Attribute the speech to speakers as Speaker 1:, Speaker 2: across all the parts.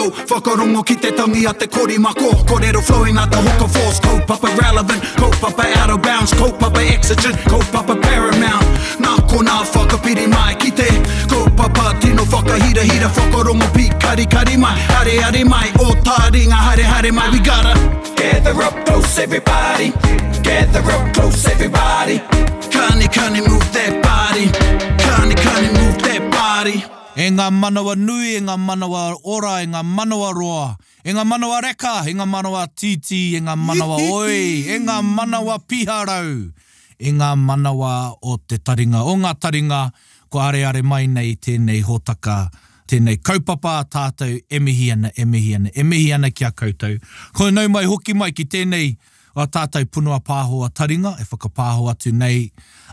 Speaker 1: Whakarongo ki te tangi a te korimako Korero flowing at the hooker force Kaupapa relevant, kaupapa out of bounds Kaupapa exigent, kaupapa paramount Nā ko nā whakapiri mai ki te Kaupapa tino whakahira hira Whakarongo pi kari kari mai Hare hare mai, o tā ringa hare hare mai We gotta
Speaker 2: Gather up close, everybody. Gather up close, everybody.
Speaker 1: Kani kani move that body Kani kani move that body
Speaker 3: E ngā manawa nui, e ngā manawa ora, e ngā manawa roa, e ngā manawa reka, e ngā manawa titi, e ngā manawa oi, e ngā manawa piharau, e ngā manawa o te taringa, o ngā taringa, ko are are mai nei tēnei hōtaka, tēnei kaupapa tātou, e mihi ana, e mihi ana, e mihi ana kia koutou. Ko nau mai hoki mai ki tēnei, o tātou punua pāhoa taringa, e whakapāho atu nei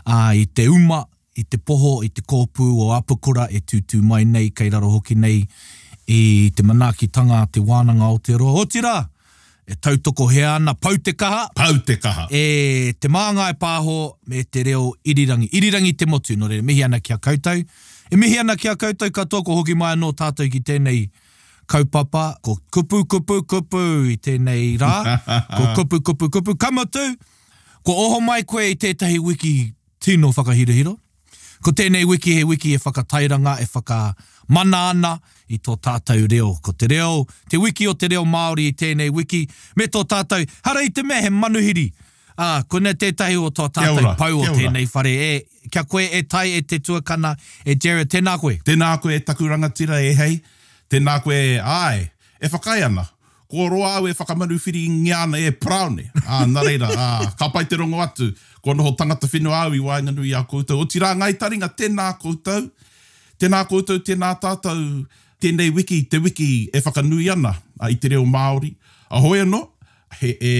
Speaker 3: a, i te uma, i te poho, i te kōpū o apakura, e tūtū mai nei, kei raro hoki nei, i te manakitanga, te wānanga o te roa. O tira, e tautoko he ana, pau te kaha,
Speaker 4: Pau te kaha.
Speaker 3: e te māngai pāho me te reo irirangi. Irirangi te motu, no re, mihi ana kia koutou. E mihi ana kia koutou katoa ko hoki mai anō tātou ki tēnei kaupapa, ko kupu kupu kupu i tēnei rā, ko kupu kupu kupu kamatu, ko oho mai koe i tētahi wiki tino whakahirahiro. Ko tēnei wiki he wiki e whakatairanga, e whakamana ana i tō tātou reo. Ko te reo, te wiki o te reo Māori i tēnei wiki, me tō tātou, hara i te mea he manuhiri. Ah, kone tētahi o tō
Speaker 4: Kia
Speaker 3: tātou
Speaker 4: ora,
Speaker 3: pau o
Speaker 4: kia ora.
Speaker 3: tēnei whare. E, kia koe e tai e te tuakana e Jared, tēnā koe.
Speaker 4: Tēnā koe e takuranga tira e hei. Tēnā koe e ai. E whakai ana. Ko roa au e whakamanu whiri ngi ana e praune. Ah, nā reira, ah, ka pai te rongo atu. Ko noho tangata whenua au i wāinganui a koutou. O tira ngai taringa tēnā koutou. Tēnā koutou, tēnā tātou, tēnei wiki, te wiki e whakanui ana a, i te reo Māori. A hoi anō, he, e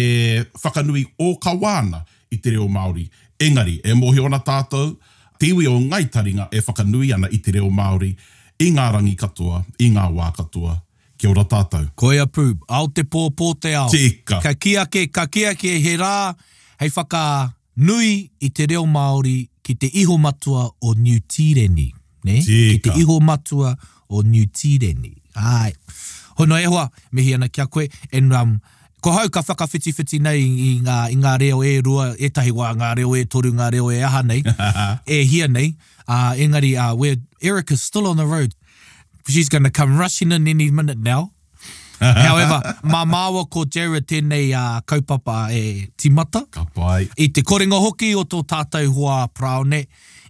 Speaker 4: whakanui o kawana i te reo Māori. Engari, e mohi ona tātou, te iwi o ngai taringa e whakanui ana i te reo Māori, i ngā rangi katoa, i ngā wā katoa. Kia ora tātou.
Speaker 3: Koe apu, au te pōpō te ao.
Speaker 4: Tika.
Speaker 3: Ka kiake, ka kiake he rā, hei whaka nui i te reo Māori ki te iho matua o New Tireni. Ne?
Speaker 4: Tika.
Speaker 3: Ki te iho matua o New Tireni. Ai. Hono e hoa, mihi ana kia koe, en um, ko hau ka whakawhitiwhiti nei i ngā, i ngā reo e rua, e tahi wā, ngā reo e toru, ngā reo e aha nei, e hia nei, uh, engari, uh, where Erica's still on the road, she's going to come rushing in any minute now. However, mā māua ko Jared tēnei uh, kaupapa e timata.
Speaker 4: Ka pai.
Speaker 3: I te korenga hoki o tō tātou hoa praone,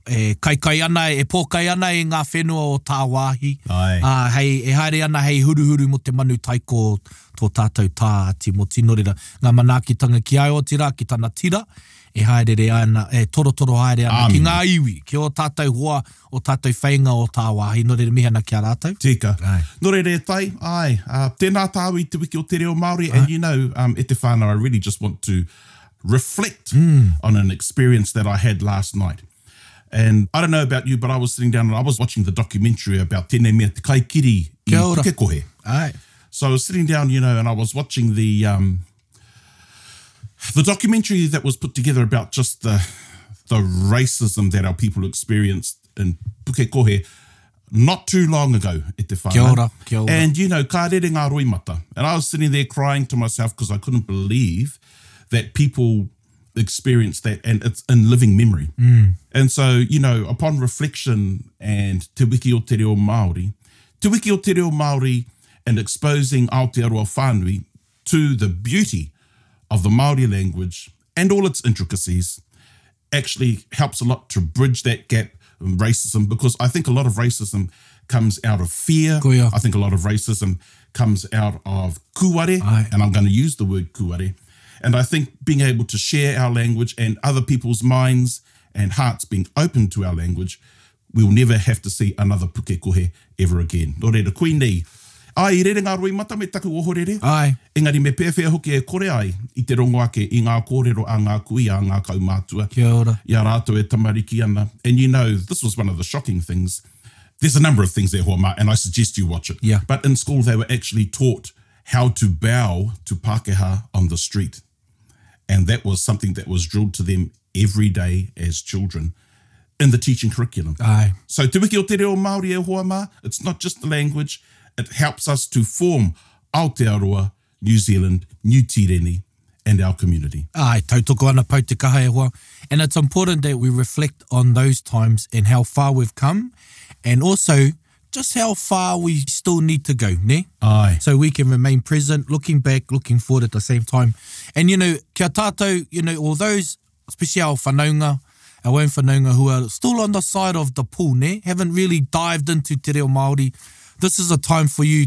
Speaker 3: e, kai kai ana, e pōkai ana e ngā whenua o tā wāhi.
Speaker 4: Ai.
Speaker 3: Ah, hei, e haere ana hei huru huru mo te manu taiko tō tātou tā ati mo tino rira. Ngā manākitanga ki ai o tira, ki tāna tira, e haere ana, e toro toro haere ana ki
Speaker 4: Āmina.
Speaker 3: ngā iwi, ki o tātou hoa, o tātou whainga o tā wāhi. No rira mihana kia rātou.
Speaker 4: Tika.
Speaker 3: Ai.
Speaker 4: No re re tai, ai. Uh, tēnā tāu i te wiki o te reo Māori. And you know, um, e te whānau, I really just want to reflect
Speaker 3: Mm.
Speaker 4: on an experience that I had last night. And I don't know about you, but I was sitting down and I was watching the documentary about Tēnei Mea Te Kaikiri i
Speaker 3: Kia ora.
Speaker 4: Te Kohe.
Speaker 3: Ai.
Speaker 4: So I was sitting down, you know, and I was watching the um, the documentary that was put together about just the the racism that our people experienced in Pukekohe not too long ago at the whānau.
Speaker 3: Kia ora, kia ora.
Speaker 4: And you know, ka rere ngā roimata. And I was sitting there crying to myself because I couldn't believe that people experienced that and it's in living memory.
Speaker 3: Mm.
Speaker 4: And so, you know, upon reflection and Te Wiki o Te Reo Māori, Te Wiki o Te Reo Māori and exposing Aotearoa whānui to the beauty of the Māori language and all its intricacies actually helps a lot to bridge that gap in racism because I think a lot of racism comes out of fear.
Speaker 3: Koia.
Speaker 4: I think a lot of racism comes out of kuware,
Speaker 3: Aye.
Speaker 4: and I'm going to use the word kuware. And I think being able to share our language and other people's minds and hearts being open to our language, we will never have to see another puke kohe ever again. Nō reira, Queenie. Ai, i rere ngā ruimata me taku ohorere.
Speaker 3: Ai.
Speaker 4: Engari me pēwhia hoki e kore ai i te rongo ake i ngā kōrero a ngā kui a ngā kaumātua.
Speaker 3: Kia ora.
Speaker 4: Ia rātou e tamariki ana. And you know, this was one of the shocking things. There's a number of things there, Homa, and I suggest you watch it.
Speaker 3: Yeah.
Speaker 4: But in school, they were actually taught how to bow to Pākehā on the street. And that was something that was drilled to them every day as children in the teaching curriculum.
Speaker 3: Ai.
Speaker 4: So Te Wiki o Te Reo Māori e Hoa Mā, it's not just the language, it helps us to form Aotearoa, New Zealand, New Tireni, and our community.
Speaker 3: Ai, tautoko ana pau te kaha e hoa. And it's important that we reflect on those times and how far we've come, and also just how far we still need to go, ne?
Speaker 4: Aye.
Speaker 3: So we can remain present, looking back, looking forward at the same time. And, you know, kia tātou, you know, all those, especially our whanaunga, our own whanaunga who are still on the side of the pool, ne? Haven't really dived into te reo Māori. This is a time for you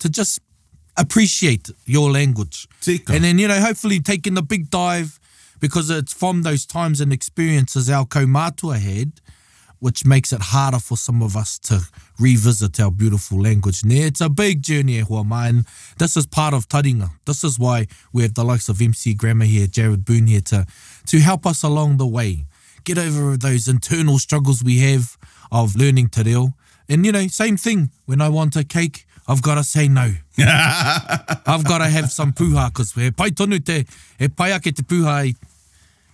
Speaker 3: to just appreciate your language.
Speaker 4: Tika.
Speaker 3: And then, you know, hopefully taking the big dive because it's from those times and experiences our kaumātua had, which makes it harder for some of us to revisit our beautiful language. Nē, it's a big journey, e hoa mai, and this is part of taringa. This is why we have the likes of MC Grammar here, Jared Boone here to, to help us along the way. Get over those internal struggles we have of learning te reo. And, you know, same thing. When I want a cake, I've got to say no. I've got to have some puha because he pai tonu te, he pai ake te puha i,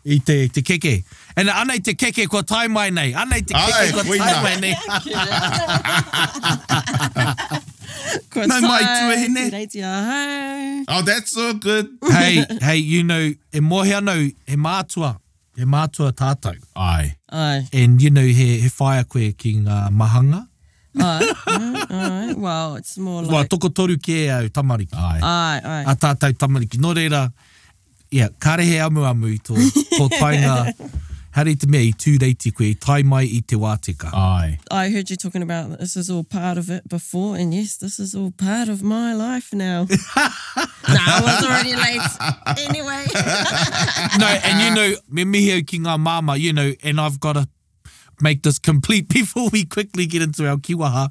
Speaker 3: i te, te keke. And anei te keke kua tai mai nei. Anei te keke
Speaker 4: Ai,
Speaker 3: kua
Speaker 4: koina.
Speaker 3: tai mai nei.
Speaker 5: Kua
Speaker 4: Nau mai
Speaker 5: tai,
Speaker 4: tue hene.
Speaker 5: te reitia ahau.
Speaker 4: Oh, that's so good.
Speaker 3: hey, hey, you know, e mohe anau, e mātua, e mātua tātou.
Speaker 4: Aye.
Speaker 5: Ai,
Speaker 3: And, you know, he, he whaia koe ki ngā mahanga.
Speaker 5: ai, ai, ai. Well, it's more
Speaker 3: Like, Wā,
Speaker 5: like...
Speaker 3: toko toru ke e au tamariki.
Speaker 4: Aye.
Speaker 5: Ai, ai.
Speaker 3: a tātou tamariki. Nō reira, ia, karehe amu amu i tō, tō tainga, haere te mea i tūreiti koe, i tai mai i te wāteka.
Speaker 4: Aye.
Speaker 5: I heard you talking about this is all part of it before, and yes, this is all part of my life now. nah, I was already late anyway.
Speaker 3: no, and you know, me mihio ki ngā māma, you know, and I've got to make this complete before we quickly get into our kiwaha.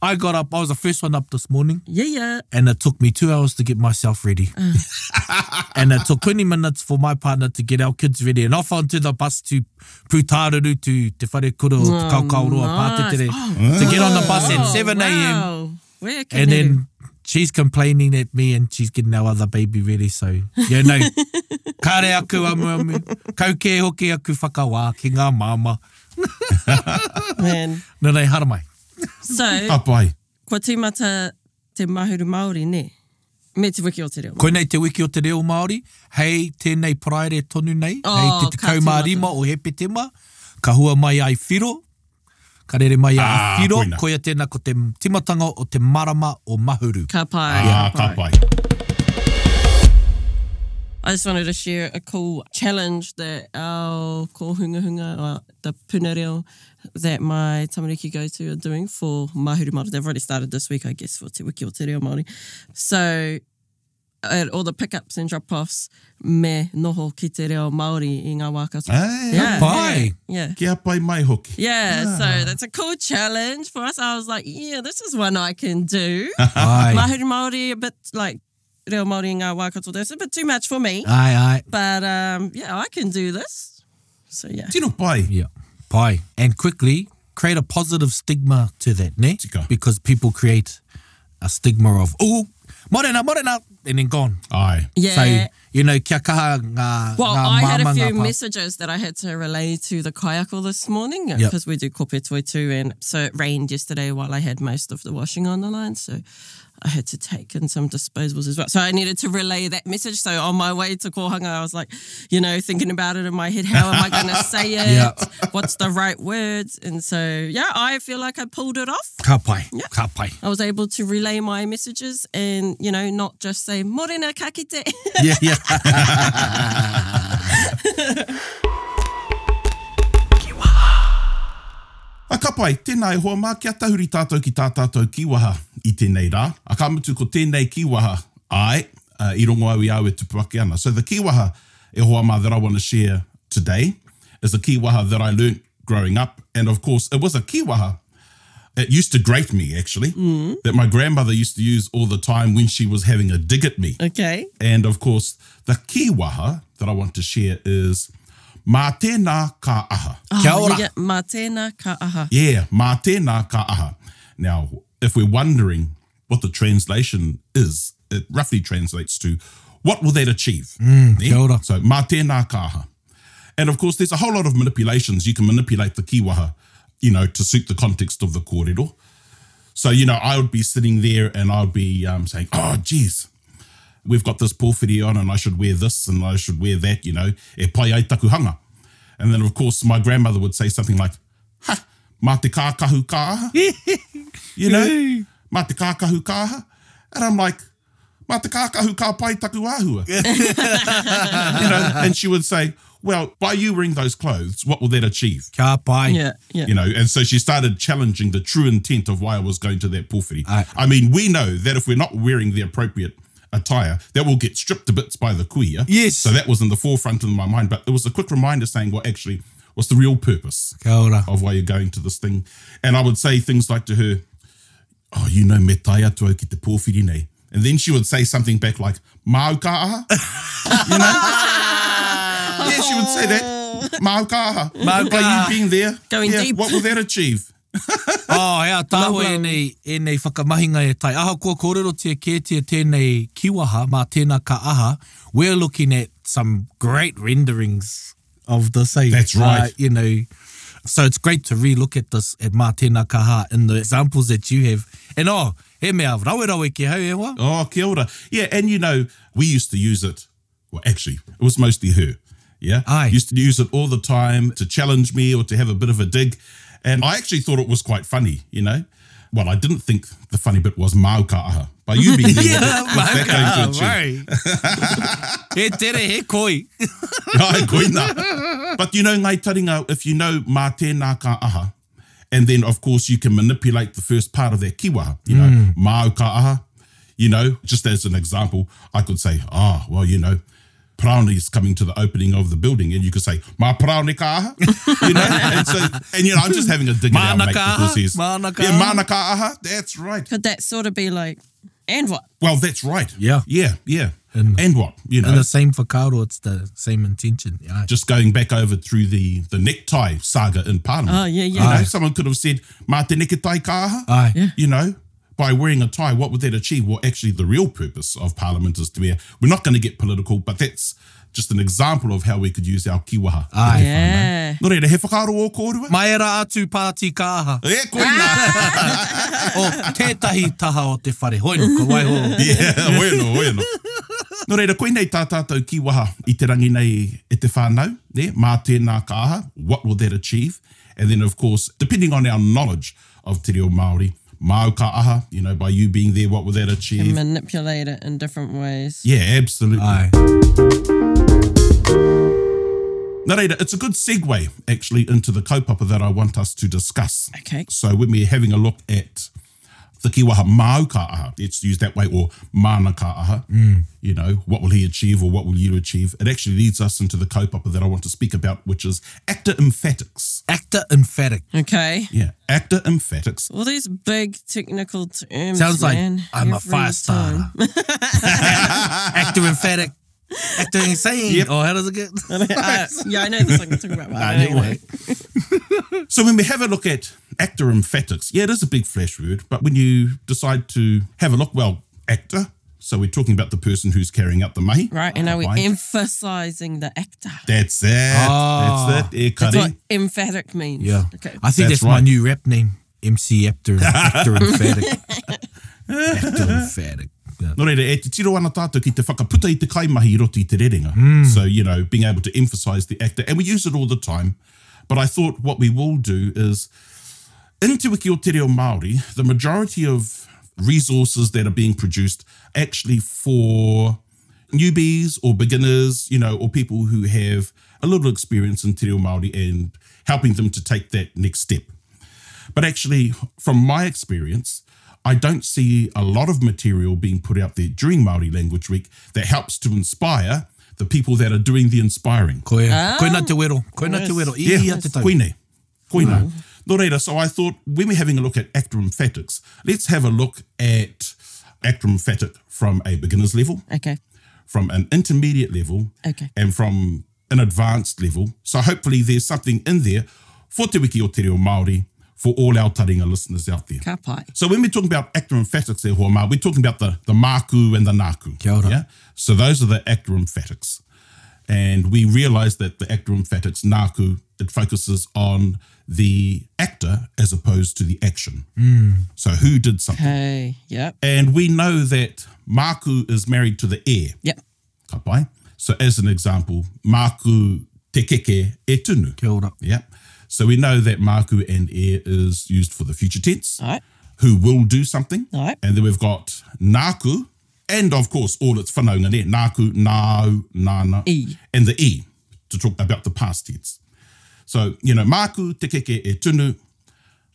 Speaker 3: I got up, I was the first one up this morning,
Speaker 5: yeah, yeah.
Speaker 3: and it took me two hours to get myself ready.
Speaker 5: Mm.
Speaker 3: and it took 20 minutes for my partner to get our kids ready and off onto the bus to Putaruru to Te Whare Kura o Te
Speaker 5: Oh,
Speaker 3: Kaukauroa
Speaker 5: nice. Oh,
Speaker 3: Pātetere to get on the bus at 7am.
Speaker 5: wow. We're
Speaker 3: And
Speaker 5: connected.
Speaker 3: then she's complaining at me and she's getting our other baby ready. So, yeah, no. Kare aku amu amu. Kau ke hoki aku whakawā ki ngā māma.
Speaker 5: Man.
Speaker 3: Nōnei, hara mai.
Speaker 5: So,
Speaker 4: Apai.
Speaker 5: kua tīmata te mahuru Māori, ne? Me te wiki o te reo.
Speaker 3: Koinei te wiki o te reo Māori, hei tēnei paraere tonu nei,
Speaker 5: Oh,
Speaker 3: hei te te
Speaker 5: ka
Speaker 3: kaumārima o hepetema, ka hua mai ai whiro, ka rere mai ai
Speaker 4: Ah,
Speaker 3: whiro,
Speaker 4: koina.
Speaker 3: koia tēnā ko te timatanga o te marama o mahuru.
Speaker 5: Ka pai.
Speaker 4: Ah,
Speaker 5: ka pai.
Speaker 4: kapai.
Speaker 5: I just wanted to share a cool challenge that our kohungahunga, uh, the punareo that my tamariki go to are doing for Mahuru Māori. They've already started this week, I guess, for Te Wiki o Te Reo Māori. So at all the pickups and drop-offs, me noho ki te reo Māori i ngā wā katoa.
Speaker 4: Aye.
Speaker 5: yeah,
Speaker 3: pai.
Speaker 5: Yeah. yeah.
Speaker 4: Kia pai mai hoki.
Speaker 5: Yeah, so that's a cool challenge for us. I was like, yeah, this is one I can do.
Speaker 3: Ai, ai,
Speaker 5: Mahuru Māori, a bit like reo Māori i ngā wā katoa. That's a bit too much for me.
Speaker 3: ai.
Speaker 5: But um, yeah, I can do this. So yeah.
Speaker 4: Tino pai.
Speaker 3: Yeah, pai. And quickly, create a positive stigma to that, ne?
Speaker 4: Tika.
Speaker 3: Because people create a stigma of, oh, morena, morena, and then gone.
Speaker 4: Aye.
Speaker 5: Yeah.
Speaker 3: So, you know, kia kaha ngā,
Speaker 5: well,
Speaker 3: ngā
Speaker 5: I had a
Speaker 3: māma, ngā
Speaker 5: few
Speaker 3: pā-
Speaker 5: messages that I had to relay to the kayako this morning
Speaker 3: Yep.
Speaker 5: because we do kopetoi too. And so it rained yesterday while I had most of the washing on the line. So I had to take in some disposables as well. So I needed to relay that message. So on my way to Kohanga, I was like, you know, thinking about it in my head. How am I going to say it?
Speaker 3: Yep.
Speaker 5: What's the right words? And so, yeah, I feel like I pulled it off.
Speaker 3: Ka pai,
Speaker 5: Yeah.
Speaker 3: ka pai.
Speaker 5: I was able to relay my messages and, you know, not just say, Morena kakite.
Speaker 3: Yeah, yeah.
Speaker 4: A kapai, tēnā e hoa mā kia tahuri tātou ki tā tātou kiwaha i tēnei rā. A ka mutu ko tēnei kiwaha ai, uh, i rongo au i au e tupaki ana. So the kiwaha e hoa mā that I want to share today is the kiwaha that I learnt growing up. And of course, it was a kiwaha. It used to grate me, actually, that my grandmother used to use all the time when she was having a dig at me.
Speaker 5: Okay.
Speaker 4: And of course, the key waha that I want to share is mā tēnā ka aha.
Speaker 5: Ah.
Speaker 3: Kia ora.
Speaker 5: Yeah, mā tēnā ka aha.
Speaker 4: Yeah, mā tēnā ka aha. Now, if we're wondering what the translation is, it roughly translates to what will that achieve? Yeah?
Speaker 3: kia ora.
Speaker 4: So mā tēnā ka aha. And of course, there's a whole lot of manipulations. You can manipulate the kiwaha, you know, to suit the context of the kōrero. So, you know, I would be sitting there and I would be um, saying, oh, geez, we've got this porphyry on and I should wear this and I should wear that, you know, e pai ai takuhanga. And then, of course, my grandmother would say something like, ha, mā te kākahu kā, you know, mā te kākahu kā. And I'm like, mā te kākahu kā pai taku āhua. you know, and she would say, well, by you wearing those clothes, what will that achieve?
Speaker 3: Ka pai.
Speaker 5: Yeah, yeah.
Speaker 4: you know and so she started challenging the true intent of why i was going to that porphyry
Speaker 3: Aye.
Speaker 4: i mean we know that if we're not wearing the appropriate attire that will get stripped to bits by the kuia
Speaker 3: Yes.
Speaker 4: so that was in the forefront of my mind but it was a quick reminder saying what actually was the real purpose
Speaker 3: Kia ora.
Speaker 4: of why you're going to this thing and i would say things like to her oh you know me tai atu au ki te porphyry nei and then she would say something back like mau ka aha you know yeah she would say that mau ka aha
Speaker 3: Mau ka
Speaker 4: By you
Speaker 3: aha.
Speaker 4: being there
Speaker 5: Going
Speaker 4: yeah,
Speaker 5: deep.
Speaker 4: what will that achieve
Speaker 3: Oh, ea, tāua e nei, e nei whakamahinga e tai. Aha kua kōrero te kētia tēnei kiwaha mā tēnā ka aha. We're looking at some great renderings of the same.
Speaker 4: That's right.
Speaker 3: you know, so it's great to relook at this at mā tēnā ka aha in the examples that you have. And oh, he mea rawerawe ki hau e wā.
Speaker 4: Oh, kia ora. Yeah, and you know, we used to use it. Well, actually, it was mostly her. Yeah.
Speaker 3: Aye.
Speaker 4: Used to use it all the time to challenge me or to have a bit of a dig. And I actually thought it was quite funny, you know. Well, I didn't think the funny bit was Maukaaha. By you being there, what- what's that going to achieve?
Speaker 3: e tere he koi.
Speaker 4: Ai, koina. But you know, ngai taringa, if you know mā tēnā ka aha, and then of course you can manipulate the first part of that kiwaha, you know, mm. māu ka aha, you know, just as an example, I could say, ah, well, you know, Praone is coming to the opening of the building, and you could say, "Mā praone ka aha," you know. and, so, and you know, I'm just having a dig at our
Speaker 3: Mana
Speaker 4: mate
Speaker 3: ka
Speaker 4: because
Speaker 3: aha,
Speaker 4: he's
Speaker 3: mana ka
Speaker 4: yeah,
Speaker 3: aha.
Speaker 4: mana ka aha. That's right.
Speaker 5: Could that sort of be like, and what?
Speaker 4: Well, that's right.
Speaker 3: Yeah.
Speaker 4: yeah, yeah.
Speaker 3: And-
Speaker 4: And, what you know,
Speaker 3: And the same whakaro, it's the same intention. Yeah.
Speaker 4: just going back over through the the necktie saga in Parliament.
Speaker 5: Oh, yeah, Ah. yeah.
Speaker 4: You know,
Speaker 3: Aye.
Speaker 4: someone could have said, "Mā te neketai kāha."
Speaker 3: Aye. Yeah.
Speaker 4: You know, by wearing a tie, what would that achieve? Well, actually, the real purpose of Parliament is to be. We're not going to get political, but that's just an example of how we could use our kiwaha.
Speaker 5: Ah.
Speaker 3: Aye.
Speaker 5: Yeah.
Speaker 4: No reira, he whakaaro o kōrua?
Speaker 3: Mai era atu pāti ka aha.
Speaker 4: E,
Speaker 5: Ah.
Speaker 4: koina.
Speaker 3: o tētahi taha o te whare. Hoi no, ka waiho.
Speaker 4: Yeah, bueno, bueno. No reira, koinei tā tātou kiwaha i te rangi nei e te whānau, ne? mā tēnā kāha, what will that achieve? And then, of course, depending on our knowledge of te reo Māori, māu ka aha, you know, by you being there, what will that
Speaker 5: And
Speaker 4: achieve?
Speaker 5: manipulate it in different ways.
Speaker 4: Yeah, absolutely.
Speaker 3: Aye.
Speaker 4: Nā reira, it's a good segue, actually, into the kaupapa that I want us to discuss.
Speaker 5: Okay.
Speaker 4: So when we're having a look at the kiwaha māu ka aha, it's used that way, or mana ka aha, you know, what will he achieve or what will you achieve? It actually leads us into the kaupapa that I want to speak about, which is actor emphatics.
Speaker 3: Actor emphatic.
Speaker 5: Okay.
Speaker 4: Yeah, actor emphatics.
Speaker 5: All these big technical terms.
Speaker 3: Sounds like
Speaker 5: man,
Speaker 3: I'm a
Speaker 5: every
Speaker 3: fire
Speaker 5: time.
Speaker 3: starter. Actor emphatic. Actor insane. Oh, how does it get?
Speaker 5: Uh, yeah, I know this one you're talking about. but I don't know.
Speaker 4: Anyway. so when we have a look at actor emphatics, yeah, it is a big flash word, but when you decide to have a look, well, actor, so we're talking about the person who's carrying out the mahi.
Speaker 5: Right, and are we
Speaker 4: Why?
Speaker 5: emphasizing the actor?
Speaker 4: That's it.
Speaker 3: Ah.
Speaker 4: That's it. E
Speaker 5: That's
Speaker 4: kare.
Speaker 5: what emphatic means.
Speaker 3: Yeah.
Speaker 5: Okay.
Speaker 3: I think that's,
Speaker 4: That's
Speaker 3: my
Speaker 4: right.
Speaker 3: new rap name. MC Actor, Actor emphatic. Actor emphatic. Yeah.
Speaker 4: No reira, e te tiro ana tātou ki te whakaputa i te kaimahi i roto i te rerenga. So, you know, being able to emphasize the actor. And we use it all the time. But I thought what we will do is, in Te Wiki o Te Reo Māori, the majority of resources that are being produced actually for newbies or beginners, you know, or people who have a little experience in Te Reo Māori and helping them to take that next step. But actually, from my experience, I don't see a lot of material being put out there during Maori Language Week that helps to inspire the people that are doing the inspiring.
Speaker 3: Koe, koe nā te wero. Koe nā te wero. I ia te tau.
Speaker 4: koine, koine. No reira, so I thought when we're having a look at actor emphatics, let's have a look at actor emphatic from a beginner's level,
Speaker 5: Okay.
Speaker 4: from an intermediate level,
Speaker 5: Okay.
Speaker 4: and from an advanced level. So hopefully there's something in there for Te Wiki o Te Reo Māori for all our taringa listeners out there.
Speaker 5: Ka pai.
Speaker 4: So when we're talking about actor emphatics there, Horma, we're talking about the, the maku and the naku.
Speaker 3: Kia ora.
Speaker 4: Yeah? So those are the actor emphatics. And we realized that the Actorum Fatix Naku, it focuses on the actor as opposed to the action.
Speaker 3: Hmm.
Speaker 4: So who did something?
Speaker 5: Hey, yep.
Speaker 4: And we know that Maku is married to the heir.
Speaker 5: Yep.
Speaker 4: ka pai. So as an example, Maku te keke e tunu.
Speaker 3: Kia ora.
Speaker 4: Yeah. So we know that Maku and air is used for the future
Speaker 3: Ah.
Speaker 4: tense.
Speaker 5: All right.
Speaker 4: Who will do something.
Speaker 5: Alright.
Speaker 4: And then we've got Naku. And of course, all its whanaunga there. Naku, Nau, Nana.
Speaker 5: E.
Speaker 4: And the E to talk about the past tense. So, you know, Maku te keke e tunu.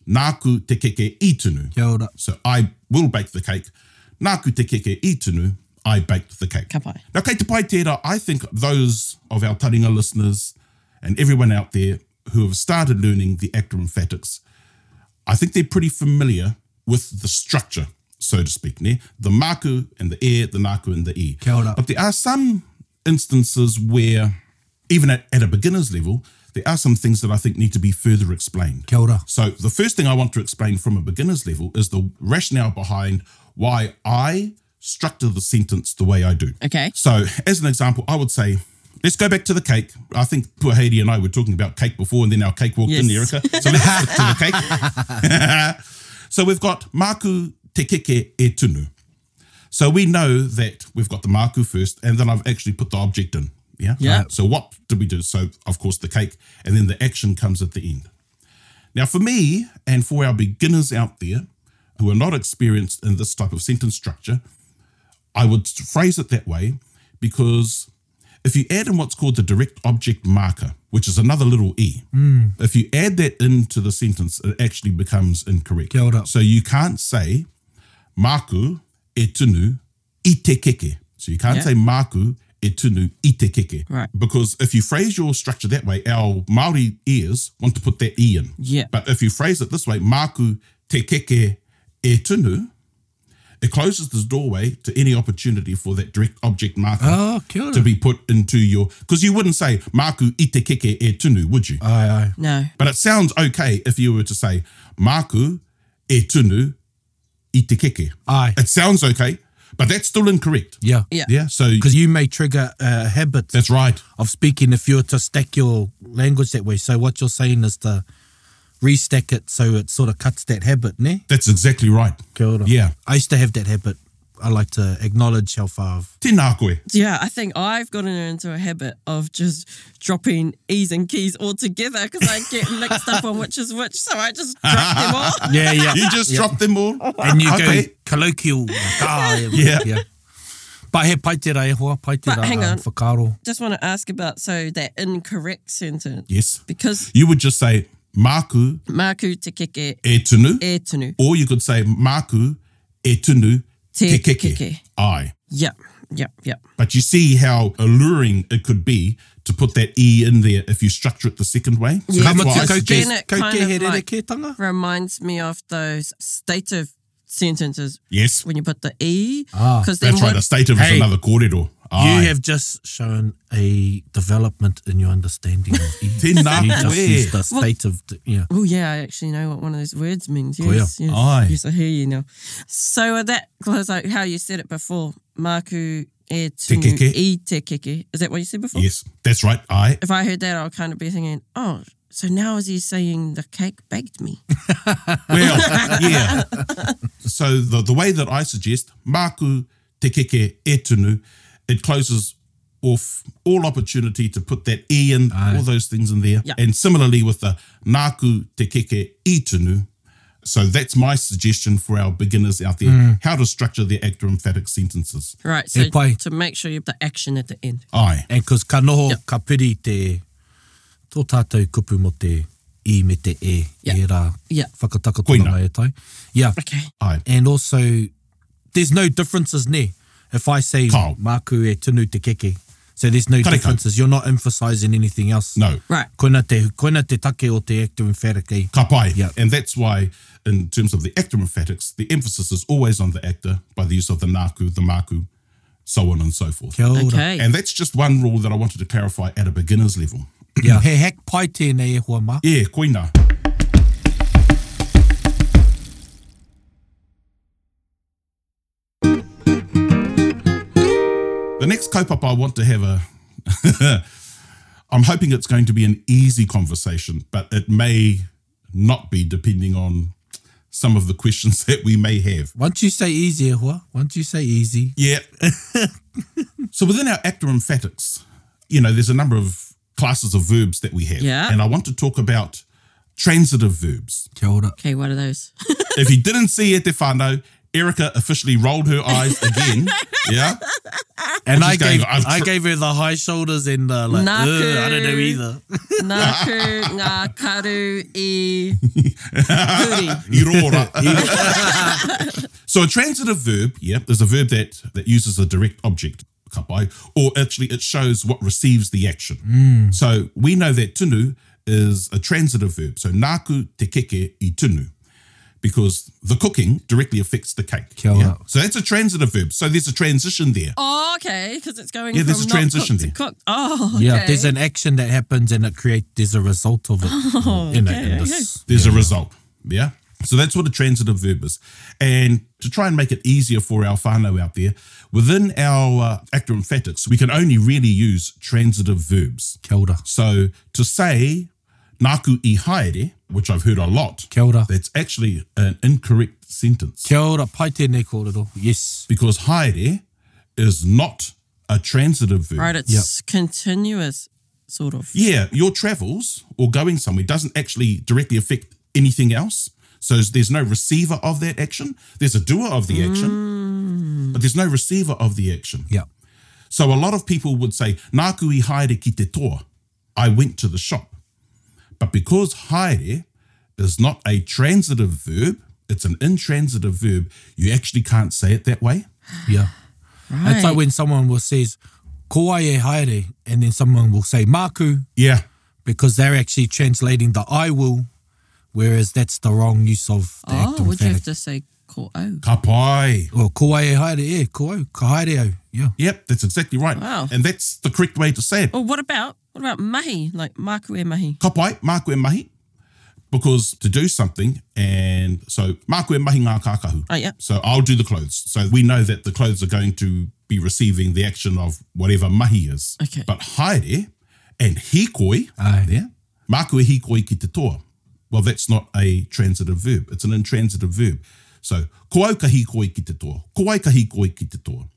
Speaker 4: Naku te keke i tunu.
Speaker 3: Kia ora.
Speaker 4: So I will bake the cake. Naku te keke i tunu. I baked the cake.
Speaker 5: Ka pai.
Speaker 4: Now, kei te pai tērā, I think those of our taringa listeners and everyone out there who have started learning the actor emphatics, I think they're pretty familiar with the structure, so to speak, ne? the maku and the e, the naku and the e.
Speaker 3: Kia ora.
Speaker 4: But there are some instances where, even at, at a beginner's level, there are some things that I think need to be further explained.
Speaker 3: Kia ora.
Speaker 4: So the first thing I want to explain from a beginner's level is the rationale behind why I structure the sentence the way I do.
Speaker 5: Okay.
Speaker 4: So, as an example, I would say, let's go back to the cake. I think Puahiri and I were talking about cake before, and then our cake walked in,
Speaker 5: Yes.
Speaker 4: Erica. So let's stick to the cake. so we've got Maku te keke e tunu. So we know that we've got the Maku first, and then I've actually put the object in. Yeah.
Speaker 5: Yeah.
Speaker 4: So what did we do? So of course the cake, and then the action comes at the end. Now, for me and for our beginners out there who are not experienced in this type of sentence structure, I would phrase it that way because if you add in what's called the direct object marker, which is another little E, if you add that into the sentence, it actually becomes incorrect.
Speaker 3: Kia ora.
Speaker 4: So you can't say maku e tunu i te keke. So you can't
Speaker 5: Yeah.
Speaker 4: say maku e tunu i te keke.
Speaker 5: Right.
Speaker 4: Because if you phrase your structure that way, our Maori ears want to put that E in.
Speaker 5: Yeah.
Speaker 4: But if you phrase it this way, maku te keke e tunu, it closes the doorway to any opportunity for that direct object marker
Speaker 3: Oh, kia ora.
Speaker 4: to be put into your. Because you wouldn't say maku i te keke e tunu, would you?
Speaker 5: Oh.
Speaker 3: Ai, ai.
Speaker 5: No.
Speaker 4: but it sounds okay if you were to say maku e tunu i te keke.
Speaker 3: Ai.
Speaker 4: It sounds okay, but that's still incorrect.
Speaker 3: Yeah.
Speaker 5: Yeah.
Speaker 4: Yeah. So
Speaker 3: Because you may trigger uh, a habit
Speaker 4: that's right.
Speaker 3: of speaking if you were to stack your language that way. So what you're saying is to restack it so it sort of cuts that habit, ne?
Speaker 4: That's exactly right.
Speaker 3: Kia ora.
Speaker 4: Yeah.
Speaker 3: I used to have that habit. I like to acknowledge how far I've...
Speaker 4: Tēnā koe.
Speaker 5: Yeah, I think I've gotten into a habit of just dropping E's and keys all together because I get mixed up on which is which. So I just drop them all.
Speaker 3: Yeah, yeah.
Speaker 4: You just drop them all.
Speaker 3: and you
Speaker 4: Okay.
Speaker 3: go colloquial. like, ah,
Speaker 4: Yeah.
Speaker 3: yeah. But he pai te rā e hoa, pai te
Speaker 5: But
Speaker 3: rā
Speaker 5: hang
Speaker 3: um,
Speaker 5: on.
Speaker 3: whakaaro.
Speaker 5: Just want to ask about so that incorrect sentence.
Speaker 4: Yes.
Speaker 5: Because
Speaker 4: You would just say maku
Speaker 5: Maku te keke
Speaker 4: e tunu.
Speaker 5: e tunu.
Speaker 4: Or you could say maku e tunu te
Speaker 5: Te
Speaker 4: keke.
Speaker 5: keke.
Speaker 4: Ai.
Speaker 5: Yep, yep, yep.
Speaker 4: But you see how alluring it could be to put that E in there if you structure it the second way. So
Speaker 5: Yeah.
Speaker 4: that's
Speaker 5: Kama
Speaker 4: why
Speaker 5: te
Speaker 4: I
Speaker 5: kouke.
Speaker 4: suggest
Speaker 5: Then it
Speaker 3: kouke
Speaker 5: kind of
Speaker 3: he rere
Speaker 5: like-
Speaker 3: ke tanga?
Speaker 5: Reminds me of those stative sentences
Speaker 4: Yes.
Speaker 5: when you put the E.
Speaker 3: Ah,
Speaker 5: Because then
Speaker 4: That's right.
Speaker 5: what-
Speaker 4: A state of
Speaker 3: Hey.
Speaker 4: is another corridor. Ai.
Speaker 3: You have just shown a development in your understanding of E.
Speaker 4: Tēnā
Speaker 3: you just
Speaker 4: koe.
Speaker 3: used the state of... The, yeah.
Speaker 5: Oh yeah, I actually know what one of those words means.
Speaker 3: Cool, yeah.
Speaker 5: Yes, yes,
Speaker 4: Aye.
Speaker 5: yes, I hear you now. So uh, that was like how you said it before. Maku e tunu
Speaker 4: Te keke.
Speaker 5: i te keke. Is that what you said before?
Speaker 4: Yes. That's right. Ai.
Speaker 5: If I heard that, I'll kind of be thinking, oh, so now is he saying the cake baked me?
Speaker 4: Well, yeah. So the, the way that I suggest, maku te keke e tunu, it closes off all opportunity to put that e in, all those things in there.
Speaker 5: Yeah.
Speaker 4: And similarly with the naku te keke e tunu, so that's my suggestion for our beginners out there, how to structure their actor emphatic sentences.
Speaker 5: Right. So
Speaker 3: E pai.
Speaker 5: to make sure you have the action at the end.
Speaker 4: Aye.
Speaker 3: And because ka noho yep. ka piri te tō tātou kupu mo te i me te e,
Speaker 5: Yeah.
Speaker 3: e rā
Speaker 5: Yeah.
Speaker 3: whakatakatona
Speaker 4: Koina.
Speaker 3: mai e tai. Yeah.
Speaker 5: Okay.
Speaker 4: Aye.
Speaker 3: And also, there's no differences ne. If I say
Speaker 4: Kao.
Speaker 3: maku e tunu te keke, so there's no
Speaker 4: Karekau.
Speaker 3: differences. You're not emphasizing anything else.
Speaker 4: No.
Speaker 5: Right.
Speaker 3: Koina te, koina te take o te actor emphatic e.
Speaker 4: Ka pai.
Speaker 3: Yeah.
Speaker 4: And that's why, in terms of the actor emphatics, the emphasis is always on the actor by the use of the naku, the maku, so on and so forth.
Speaker 3: Kia ora.
Speaker 5: Okay.
Speaker 4: And that's just one rule that I wanted to clarify at a beginner's level.
Speaker 3: Yeah. He hek pai tēnei e hoa mā.
Speaker 4: Yeah, koina. The next kaupapa I want to have a I'm hoping it's going to be an easy conversation, but it may not be depending on some of the questions that we may have.
Speaker 3: Once you say easy, e hua. Once you say easy.
Speaker 4: Yeah. so within our actor emphatics, you know, there's a number of classes of verbs that we have.
Speaker 5: Yeah.
Speaker 4: And I want to talk about transitive verbs.
Speaker 3: Kia ora.
Speaker 5: Okay, what are those?
Speaker 4: if you didn't see it, Stefano, Erica officially rolled her eyes again. yeah.
Speaker 3: And
Speaker 4: She's
Speaker 3: I
Speaker 4: going,
Speaker 3: gave
Speaker 4: "I've
Speaker 3: I
Speaker 4: tr-
Speaker 3: gave her the high shoulders and the like. "Ugh, I don't know
Speaker 5: Naku.
Speaker 3: either.
Speaker 5: Naku, ngā karu, e, huri.
Speaker 4: Irora. so a transitive verb, yeah, there's a verb that that uses a direct object, kapai, or actually it shows what receives the action.
Speaker 3: Hmm.
Speaker 4: So we know that tunu is a transitive verb. So naku te keke i tunu. Because the cooking directly affects the cake.
Speaker 3: Kia ora.
Speaker 4: So that's a transitive verb. So there's a transition there.
Speaker 5: Oh, okay, because it's going
Speaker 4: Yeah,
Speaker 5: from
Speaker 4: there's a
Speaker 5: not
Speaker 4: transition
Speaker 5: cooked to
Speaker 4: there.
Speaker 5: cooked. Oh, okay.
Speaker 3: Yeah, there's an action that happens and it creates there's a result of it.
Speaker 5: Oh,
Speaker 3: in, it, in this.
Speaker 4: There's a result. Yeah. So that's what a transitive verb is. And to try and make it easier for our whānau out there, within our uh, actor emphatics, we can only really use transitive verbs.
Speaker 3: Kia ora.
Speaker 4: So to say, naku i haere, which I've heard a lot,
Speaker 3: Kia ora.
Speaker 4: that's actually an incorrect sentence
Speaker 3: Kia ora. Pai tēnei kōrero. Yes.
Speaker 4: because haere is not a transitive verb.
Speaker 5: Right, it's continuous, sort of.
Speaker 4: Yeah, your travels or going somewhere doesn't actually directly affect anything else. So there's no receiver of that action. There's a doer of the action, but there's no receiver of the action.
Speaker 3: Yeah.
Speaker 4: So a lot of people would say, Naku i haere ki te toa. I went to the shop. But because haere is not a transitive verb, it's an intransitive verb, you actually can't say it that way.
Speaker 3: Yeah.
Speaker 5: Right.
Speaker 3: It's like when someone will says, ko ai e haere, and then someone will say, maku,
Speaker 4: Yeah.
Speaker 3: because they're actually translating the I will, whereas that's the wrong use of the
Speaker 5: oh,
Speaker 3: actor
Speaker 5: would you have
Speaker 3: emphatic.
Speaker 5: to say ko au?
Speaker 4: Ka pai.
Speaker 3: Well, ko ai e haere, e, ko au, ka haere au. Yeah.
Speaker 4: Yep, that's exactly right.
Speaker 5: Wow.
Speaker 4: And that's the correct way to say it.
Speaker 5: Or what about what about mahi? Like maku e mahi.
Speaker 4: kapai, māku e mahi, because to do something, and so māku e mahi ngā kākahu.
Speaker 5: Oh, yeah.
Speaker 4: So I'll do the clothes. So we know that the clothes are going to be receiving the action of whatever mahi is.
Speaker 5: Okay.
Speaker 4: But haere and hikoi,
Speaker 3: Aye.
Speaker 4: there, māku e hikoi ki te toa. Well, that's not a transitive verb. It's an intransitive verb. So, ko au ka hikoi ki te toa. Ko ai ka hikoi ki te toa.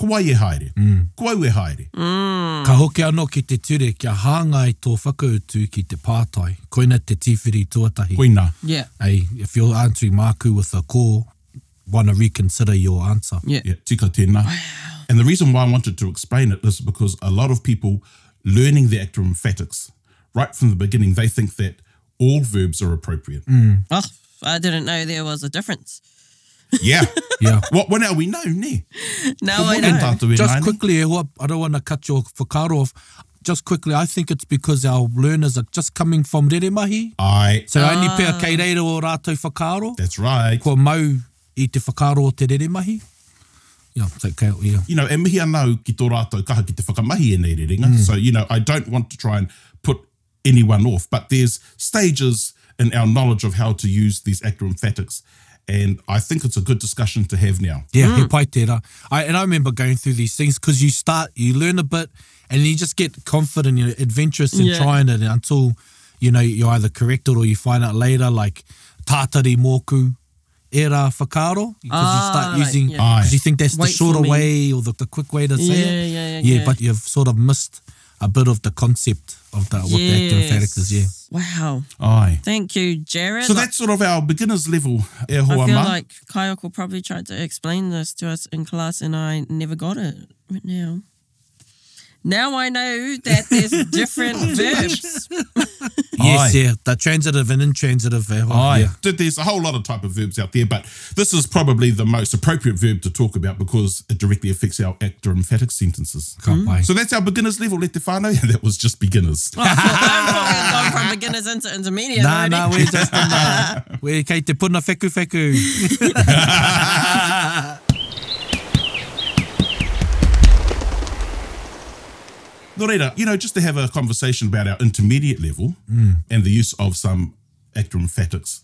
Speaker 4: Ko ai e haere.
Speaker 5: Mm.
Speaker 4: Ko au e haere.
Speaker 3: Ka hoki anō ki te ture, kia hāngai tō whakautu ki te pātai, koina te tīwhiri tuatahi.
Speaker 4: Koina.
Speaker 5: Yeah.
Speaker 3: Hey, if you're answering Maku with a call, want to reconsider your answer.
Speaker 5: Yeah.
Speaker 4: Yeah, tika tēnā. And the reason why I wanted to explain it is because a lot of people learning the actor emphatics right from the beginning, they think that all verbs are appropriate.
Speaker 3: Mm.
Speaker 5: Oh, I didn't know there was a difference.
Speaker 4: Yeah.
Speaker 3: Yeah.
Speaker 4: what well, now we know, ne?
Speaker 5: Now I
Speaker 4: Ko hoki
Speaker 5: know.
Speaker 4: tātou e
Speaker 3: Just
Speaker 4: nāianei.
Speaker 3: quickly, eh, what- I don't want to cut your whakaro off. Just quickly, I think it's because our learners are just coming from rere mahi.
Speaker 4: Aye.
Speaker 3: So only pēr kei reira o rātou whakaro,
Speaker 4: That's right.
Speaker 3: kua mau i te whakaro o te rere mahi. Yeah, so, okay, yeah.
Speaker 4: You know, e mihi anau ki tō rātou kaha ki te whakamahi e nei re
Speaker 3: Mm.
Speaker 4: renga. So, you know, I don't want to try and put anyone off, but there's stages in our knowledge of how to use these actor emphatics. And I think it's a good discussion to have now.
Speaker 3: Yeah,
Speaker 5: Mm.
Speaker 3: he pai tērā. I, and I remember going through these things because you start, you learn a bit, and you just get confident, you're adventurous in
Speaker 5: Yeah.
Speaker 3: trying it until, you know, you either correct it or you find out later, like tātari moku, e rā whakaro, because you
Speaker 5: Ah,
Speaker 3: start
Speaker 5: right,
Speaker 3: using,
Speaker 5: yeah.
Speaker 4: Aye.
Speaker 3: because you think that's the
Speaker 5: Wait for
Speaker 3: shorter
Speaker 5: me.
Speaker 3: way or the, the quick way to say it.
Speaker 5: Yeah, yeah, yeah.
Speaker 3: but you've sort of missed a bit of the concept of the, what the actor emphatic is, yeah.
Speaker 5: Wow.
Speaker 4: Aye.
Speaker 5: Thank you, Jared.
Speaker 4: So
Speaker 5: Like,
Speaker 4: that's sort of our beginner's level e
Speaker 5: I
Speaker 4: hoa
Speaker 5: feel
Speaker 4: mā.
Speaker 5: like Kayako probably tried to explain this to us in class and I never got it right now. Now I know that there's different verbs.
Speaker 3: Yes,
Speaker 4: Aye.
Speaker 3: yeah, the transitive and intransitive. eh,
Speaker 4: Aye.
Speaker 3: yeah.
Speaker 4: Oh, Th- There's a whole lot of type of verbs out there, but this is probably the most appropriate verb to talk about because it directly affects our actor emphatic sentences.
Speaker 3: Ka
Speaker 5: Hmm?
Speaker 3: pai.
Speaker 4: So that's our beginner's level, Lete Whānau. That was just beginners.
Speaker 5: I'm going from beginners into intermediate
Speaker 3: Nā,
Speaker 5: already.
Speaker 3: nā, we're just in the, we're kei te puna wheku wheku.
Speaker 4: No reira, you know, just to have a conversation about our intermediate level
Speaker 5: Mm.
Speaker 4: and the use of some actor emphatics.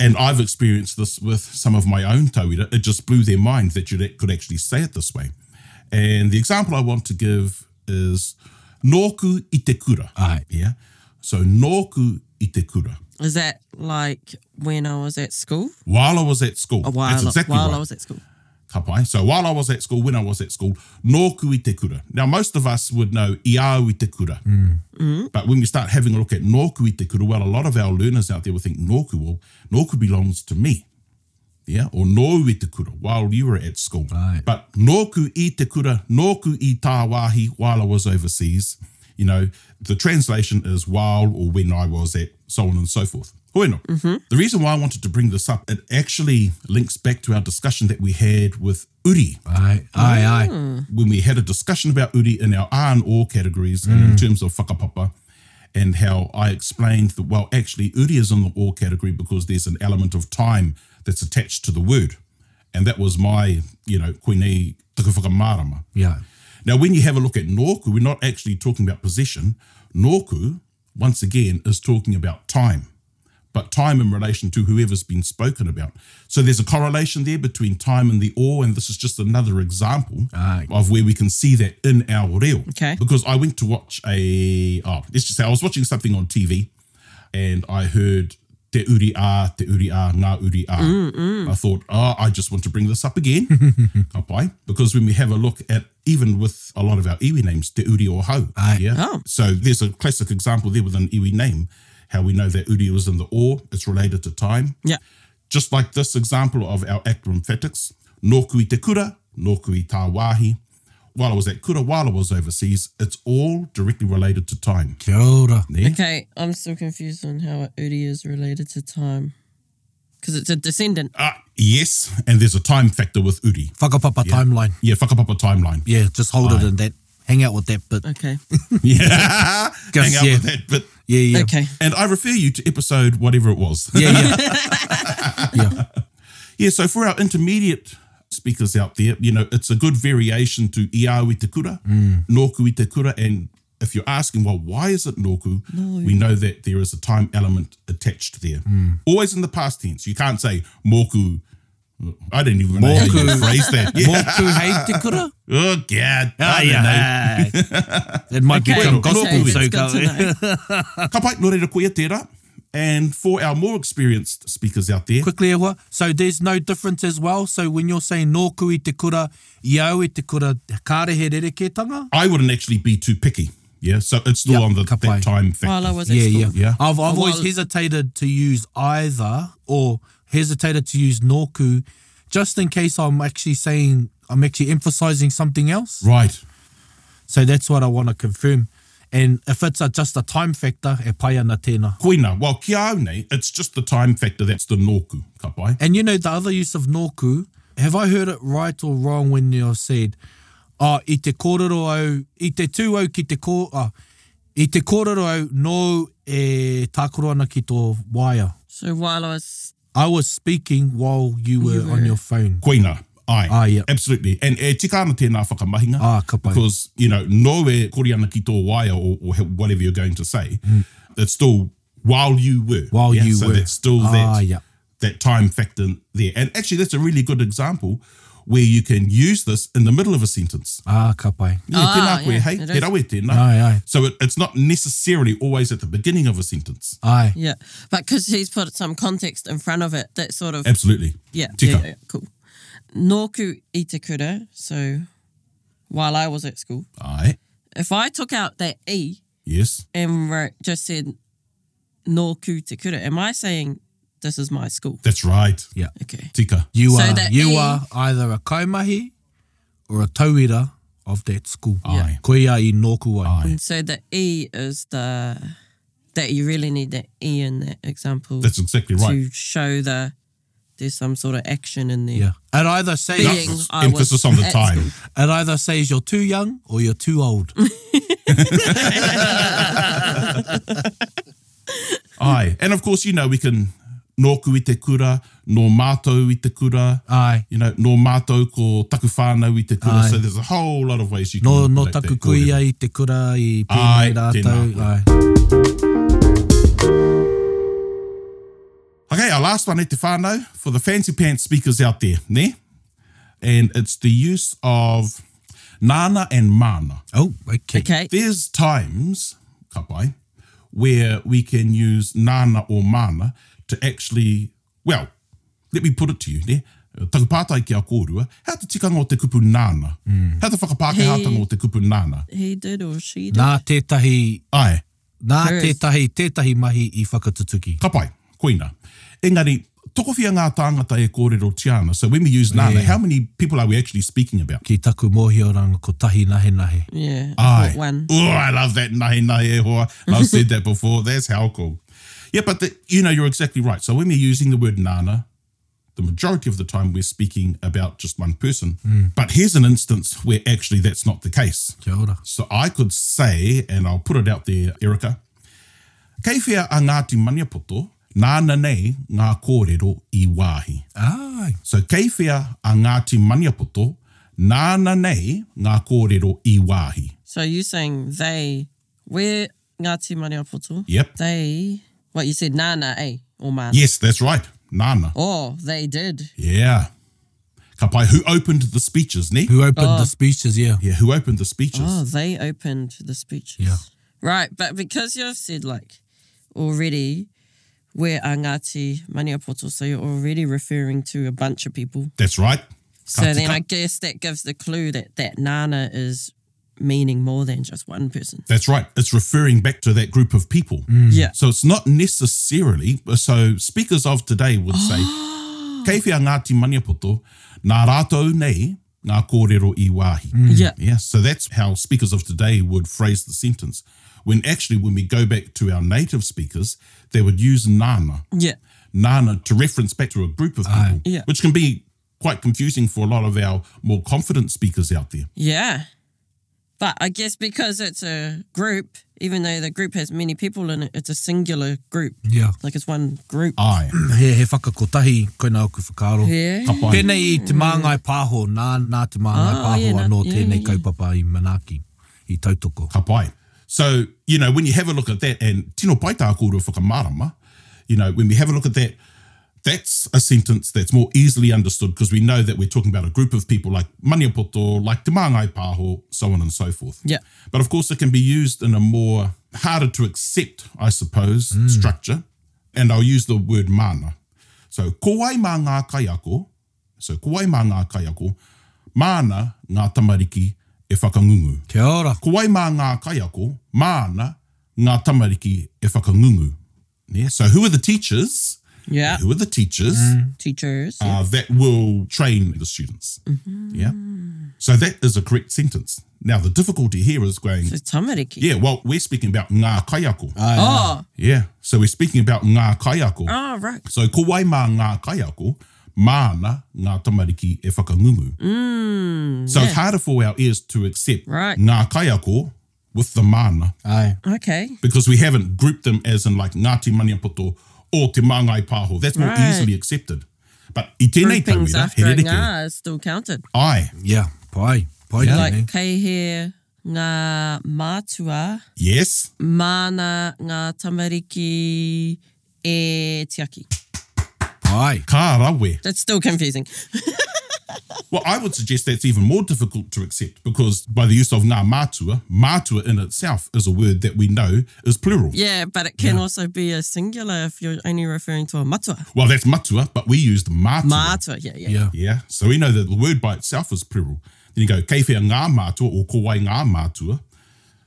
Speaker 4: And I've experienced this with some of my own tauira. It just blew their mind that you could actually say it this way. And the example I want to give is nōku i te kura.
Speaker 3: Ai.
Speaker 4: Yeah. So nōku i te kura.
Speaker 5: Is that like when I was at school?
Speaker 4: While I was at school.
Speaker 5: Or Oh, while,
Speaker 4: That's exactly
Speaker 5: while
Speaker 4: right.
Speaker 5: I was at school.
Speaker 4: ka pai. So while I was at school, when I was at school, nōku i te kura. Now, most of us would know iau i te kura.
Speaker 5: Mm.
Speaker 4: But when we start having a look at nōku i te kura, well, a lot of our learners out there will think nōku, well, nōku belongs to me. Yeah, or nōu i te kura while you were at school.
Speaker 3: Right.
Speaker 4: But nōku i te kura, nōku i tā wāhi while I was overseas. You know, the translation is while or when I was at so on and so forth. Hoeno. The reason why I wanted to bring this up, it actually links back to our discussion that we had with Uri
Speaker 3: Ai, ai, ai.
Speaker 4: Mm. when we had a discussion about uri in our R and O categories and in terms of whakapapa, and how I explained that, well, actually, uri is in the O category because there's an element of time that's attached to the word. And that was my, you know, koinei tuku whakamārama.
Speaker 3: Yeah.
Speaker 4: Now, when you have a look at Norku, we're not actually talking about possession. Norku, once again, is talking about time, but time in relation to whoever's been spoken about. So there's a correlation there between time and the awe, and this is just another example
Speaker 3: Aye.
Speaker 4: of where we can see that in our reo.
Speaker 5: Okay.
Speaker 4: Because I went to watch a, oh, let's just say I was watching something on TV and I heard te uri a, te uri a, ngā uri a. I thought, oh, I just want to bring this up again. Ka pai. Because when we have a look at, even with a lot of our iwi names, te uri o hau. Yeah?
Speaker 5: Oh.
Speaker 4: So there's a classic example there with an iwi name, how we know that uri was in the o, it's related to time.
Speaker 5: Yeah.
Speaker 4: Just like this example of our acromphatics, nōku i te kura, nōku i tā wāhi. While I was at kura, while I was overseas, it's all directly related to time.
Speaker 3: Kia ora.
Speaker 4: Yeah.
Speaker 5: Okay, I'm still confused on how Uri is related to time. Because it's a descendant.
Speaker 4: Uh,
Speaker 3: Ah,
Speaker 4: yes, and there's a time factor with uri.
Speaker 3: Whakapapa timeline.
Speaker 4: Yeah, whakapapa timeline.
Speaker 3: Yeah, just hold it in that. Hang out with that bit.
Speaker 5: Okay.
Speaker 4: Yeah, hang out
Speaker 3: yeah.
Speaker 4: with that. But
Speaker 3: Yeah, yeah.
Speaker 5: Okay.
Speaker 4: and I refer you to episode whatever it was.
Speaker 3: Yeah, yeah. yeah.
Speaker 4: Yeah, so for our intermediate speakers out there, you know, it's a good variation to iau i te kura,
Speaker 5: Mm.
Speaker 4: nōku i te kura, and if you're asking, well, why is it nōku? We know that there is a time element attached there.
Speaker 5: Mm.
Speaker 4: Always in the past tense. You can't say moku. I didn't even know how you
Speaker 3: Moku.
Speaker 4: phrase that.
Speaker 3: Mō
Speaker 4: Yeah.
Speaker 3: ku hei te kura?
Speaker 4: Oh, God.
Speaker 5: Ah,
Speaker 4: I don't know.
Speaker 3: yeah. It might
Speaker 5: Okay,
Speaker 3: become
Speaker 4: look, look,
Speaker 3: gospel,
Speaker 4: it's
Speaker 3: so
Speaker 5: good to
Speaker 3: go.
Speaker 5: know.
Speaker 4: Ka pai, no reira koia tērā. And for our more experienced speakers out there,
Speaker 3: quickly Ewa. So there's no difference as well. So when you're saying nōku i te kura, iau i te kura, kārehe rerekētanga?
Speaker 4: I wouldn't actually be too picky. Yeah, so it's still
Speaker 3: Yep,
Speaker 4: on the
Speaker 3: ka pai.
Speaker 4: that time factor.
Speaker 5: While I was at
Speaker 3: Yeah,
Speaker 5: school.
Speaker 3: yeah.
Speaker 4: Yeah.
Speaker 3: I've, I've
Speaker 5: Oh,
Speaker 3: always
Speaker 5: well-
Speaker 3: hesitated to use either or hesitated to use nōku just in case I'm actually saying, I'm actually emphasizing something else.
Speaker 4: Right.
Speaker 3: So that's what I want to confirm. And if it's a, just a time factor, e pai ana tēnā.
Speaker 4: Koina, well, kia au nei, it's just the time factor that's the nōku, ka pai.
Speaker 3: And you know the other use of nōku, have I heard it right or wrong when you said, oh, i te kōrero au, i te tū au ki te kō, oh, i te kōrero au nō e tākoro ana ki tō waia.
Speaker 5: So while I was.
Speaker 3: I was speaking while you were, on your phone.
Speaker 4: Koina, ai.
Speaker 3: Ai, yep.
Speaker 4: Absolutely. And e tika ana tēnā whakamahinga.
Speaker 3: Ah, ka pai.
Speaker 4: Because, you know, no e kori ana ki tō waia or, or he- whatever you're going to say, it's still while you were.
Speaker 3: Hmm. While you
Speaker 4: so
Speaker 3: were.
Speaker 4: that's still
Speaker 3: Ah,
Speaker 4: that,
Speaker 3: yep.
Speaker 4: that time factor there. And actually, that's a really good example where you can use this in the middle of a sentence.
Speaker 3: Ah, ka pai.
Speaker 4: Yeah,
Speaker 5: Ah,
Speaker 4: tēnā koe,
Speaker 5: yeah,
Speaker 4: hei,
Speaker 5: it
Speaker 4: te
Speaker 5: is.
Speaker 4: rawe tēnā.
Speaker 3: Ai, ai.
Speaker 4: So it, it's not necessarily always at the beginning of a sentence.
Speaker 3: Ai.
Speaker 5: Yeah. But because he's put some context in front of it that sort of.
Speaker 4: Absolutely.
Speaker 5: Yeah,
Speaker 4: Tika.
Speaker 5: yeah, yeah, cool. Norku itakura. So while I was at school,
Speaker 4: Ai.
Speaker 5: if I took out that E
Speaker 4: Yes.
Speaker 5: and wrote, just said Norku takura, am I saying this is my school?
Speaker 4: That's right.
Speaker 3: Yeah.
Speaker 5: Okay.
Speaker 4: Tika.
Speaker 3: You
Speaker 5: So
Speaker 3: are,
Speaker 5: that
Speaker 3: you
Speaker 5: E-
Speaker 3: are either a kaimahi or a tauira of that school.
Speaker 4: Ai.
Speaker 3: Koe ia i nōku ai.
Speaker 4: Ai.
Speaker 5: And so the E is the that you really need that E in that example
Speaker 4: That's exactly
Speaker 5: to
Speaker 4: right.
Speaker 5: show the there's some sort of action in there.
Speaker 3: Yeah. It either says,
Speaker 5: Being
Speaker 4: Emphasis-
Speaker 5: I was
Speaker 4: emphasis on the
Speaker 5: at
Speaker 4: time.
Speaker 5: school.
Speaker 3: it either says you're too young or you're too old.
Speaker 4: Aye. And of course, you know, we can nōku i te kura, nō mātou i te kura, uh,
Speaker 3: Ai.
Speaker 4: you know, nō mātou ko taku whānau i te kura.
Speaker 3: Ai.
Speaker 4: So there's a whole lot of ways you can
Speaker 3: No, no
Speaker 4: manipulate
Speaker 3: taku
Speaker 4: Mm, that
Speaker 3: kui
Speaker 4: kōrero.
Speaker 3: ai te kura i
Speaker 4: Ai,
Speaker 3: pēnei rātou.
Speaker 4: tēnā.
Speaker 3: Ai,
Speaker 4: Okay, our last one, e te whānau, for the fancy pants speakers out there, ne? And it's the use of, Nana and Mana.
Speaker 3: Oh, okay.
Speaker 5: Okay.
Speaker 4: There's times, kapai, where we can use nana or mana to actually, well, let me put it to you, ne? Takapātai ki a kōrua, how te tikanga o te kupu nana? Mm. How te whakapākehātanga o te kupu nana?
Speaker 5: He did or she did.
Speaker 3: Nā tētahi,
Speaker 4: Ai,
Speaker 3: nā
Speaker 5: There is.
Speaker 3: tētahi, tētahi mahi i whakatutuki.
Speaker 4: kapai, koina. Engari, tokowhia ngā tāngata e kōrero tiana. So when we use nana,
Speaker 3: Yeah.
Speaker 4: how many people are we actually speaking about?
Speaker 3: Ki taku mōhioranga ko tahi nahe nahe.
Speaker 5: Yeah. I
Speaker 4: Aye.
Speaker 5: got one.
Speaker 4: Oh, I love that nahi nahi e hoa. And I've said that before. That's how cool. Yeah, but the, you know, you're exactly right. So when we're using the word nana, the majority of the time we're speaking about just one person. But here's an instance where actually that's not the case.
Speaker 3: Kia ora.
Speaker 4: So I could say, and I'll put it out there, Erica, kei whia a Ngāti Maniapoto, nāna nei ngā kōrero i wāhi.
Speaker 3: Ai.
Speaker 4: So kei whia a Ngāti Maniapoto, nāna nei ngā kōrero i wāhi.
Speaker 5: So you saying they, we're Ngāti Maniapoto.
Speaker 4: Yep.
Speaker 5: They, what you said, Nana, eh? Or Mana.
Speaker 4: Yes, that's right. Nana.
Speaker 5: Or they did.
Speaker 4: Yeah. Kapai, who opened the speeches, ne?
Speaker 3: Who opened
Speaker 5: Oh.
Speaker 4: Ah.
Speaker 3: the speeches, yeah.
Speaker 4: Yeah, who opened the speeches?
Speaker 5: Oh, they opened the speeches.
Speaker 3: Yeah.
Speaker 5: Right, but because you've said like already we're a Ngāti Maniapoto, so you're already referring to a bunch of people.
Speaker 4: That's right.
Speaker 5: So
Speaker 4: Katika.
Speaker 5: then I guess that gives the clue that that Nana is meaning more than just one person.
Speaker 4: That's right. It's referring back to that group of people.
Speaker 5: Yeah.
Speaker 4: So it's not necessarily. So speakers of today would say, Kei whia Ngāti Maniapoto, nā rātou nei, ngā kōrero i wāhi.
Speaker 5: Mm. Yeah.
Speaker 4: Yeah, so that's how speakers of today would phrase the sentence. When actually, when we go back to our native speakers, they would use nāna.
Speaker 5: Yeah.
Speaker 4: nana to reference back to a group of people,
Speaker 5: Yeah.
Speaker 4: which can be quite confusing for a lot of our more confident speakers out there.
Speaker 5: Yeah. But I guess because it's a group, even though the group has many people in it, it's a singular group.
Speaker 3: Yeah.
Speaker 5: Like it's one group.
Speaker 4: Aye.
Speaker 3: He, he whakakotahi, koina oku whakaaro.
Speaker 5: Yeah.
Speaker 4: Kapai.
Speaker 3: Tēnei i te māngai pāho, nā, nā te māngai
Speaker 5: Ah,
Speaker 3: pāho
Speaker 5: yeah, nā-
Speaker 3: anō
Speaker 5: yeah,
Speaker 3: tēnei
Speaker 5: yeah, yeah.
Speaker 3: kaupapa i Manaki, i tautoko.
Speaker 4: Kapai. So, you know, when you have a look at that, and tino paita kōrua whakamarama, you know, when we have a look at that, that's a sentence that's more easily understood because we know that we're talking about a group of people like Maniapoto, like Te Māngai Pāho, so on and so forth.
Speaker 5: Yeah.
Speaker 4: But of course, it can be used in a more harder to accept, I suppose, structure. And I'll use the word mana. So, kowai mā ngā kaiako, so kowai mā ngā kaiako, mana ngā tamariki e whakangungu.
Speaker 3: Kia ora.
Speaker 4: Kowai mā ngā kaiako, mana ngā tamariki e whakangungu. Yeah, so who are the teachers?
Speaker 5: Yeah.
Speaker 4: Who are the teachers?
Speaker 5: Hmm, Teachers.
Speaker 4: uh, that will train the students. Yeah. So that is a correct sentence. Now, the difficulty here is going,
Speaker 5: So tamariki.
Speaker 4: yeah, well, we're speaking about ngā kaiako.
Speaker 3: Uh-huh.
Speaker 5: Oh.
Speaker 4: yeah. So we're speaking about ngā kaiako.
Speaker 5: Oh, right.
Speaker 4: So ko wai mā ngā kaiako, mana ngā tamariki e whakangungu. so it's harder for our ears to accept
Speaker 5: Mm, Right.
Speaker 4: ngā kaiako with the mana
Speaker 3: Ai.
Speaker 5: Okay.
Speaker 4: because we haven't grouped them as in like Ngāti Maniapoto or Te Māngai Pāho. That's more
Speaker 5: Right.
Speaker 4: easily accepted. But i tēnei tauira,
Speaker 5: Groupings
Speaker 4: he
Speaker 5: after a
Speaker 4: rere kē.
Speaker 5: ngā is still counted.
Speaker 4: Ai,
Speaker 3: Yeah, pai. Pai yeah.
Speaker 5: Like kei he ngā mātua,
Speaker 4: yes,
Speaker 5: mana ngā tamariki e tiaki.
Speaker 3: Pai.
Speaker 4: kā rawe.
Speaker 5: That's still confusing.
Speaker 4: Well, I would suggest that's even more difficult to accept because by the use of ngā mātua, mātua in itself is a word that we know is plural.
Speaker 5: Yeah, but it can also be a singular if you're only referring to a matua.
Speaker 4: Well, that's matua, but we used mātua.
Speaker 5: Mātua, yeah, yeah.
Speaker 3: Yeah.
Speaker 4: Yeah, so we know that the word by itself is plural. Then you go kei whea ngā mātua or ko wai ngā mātua,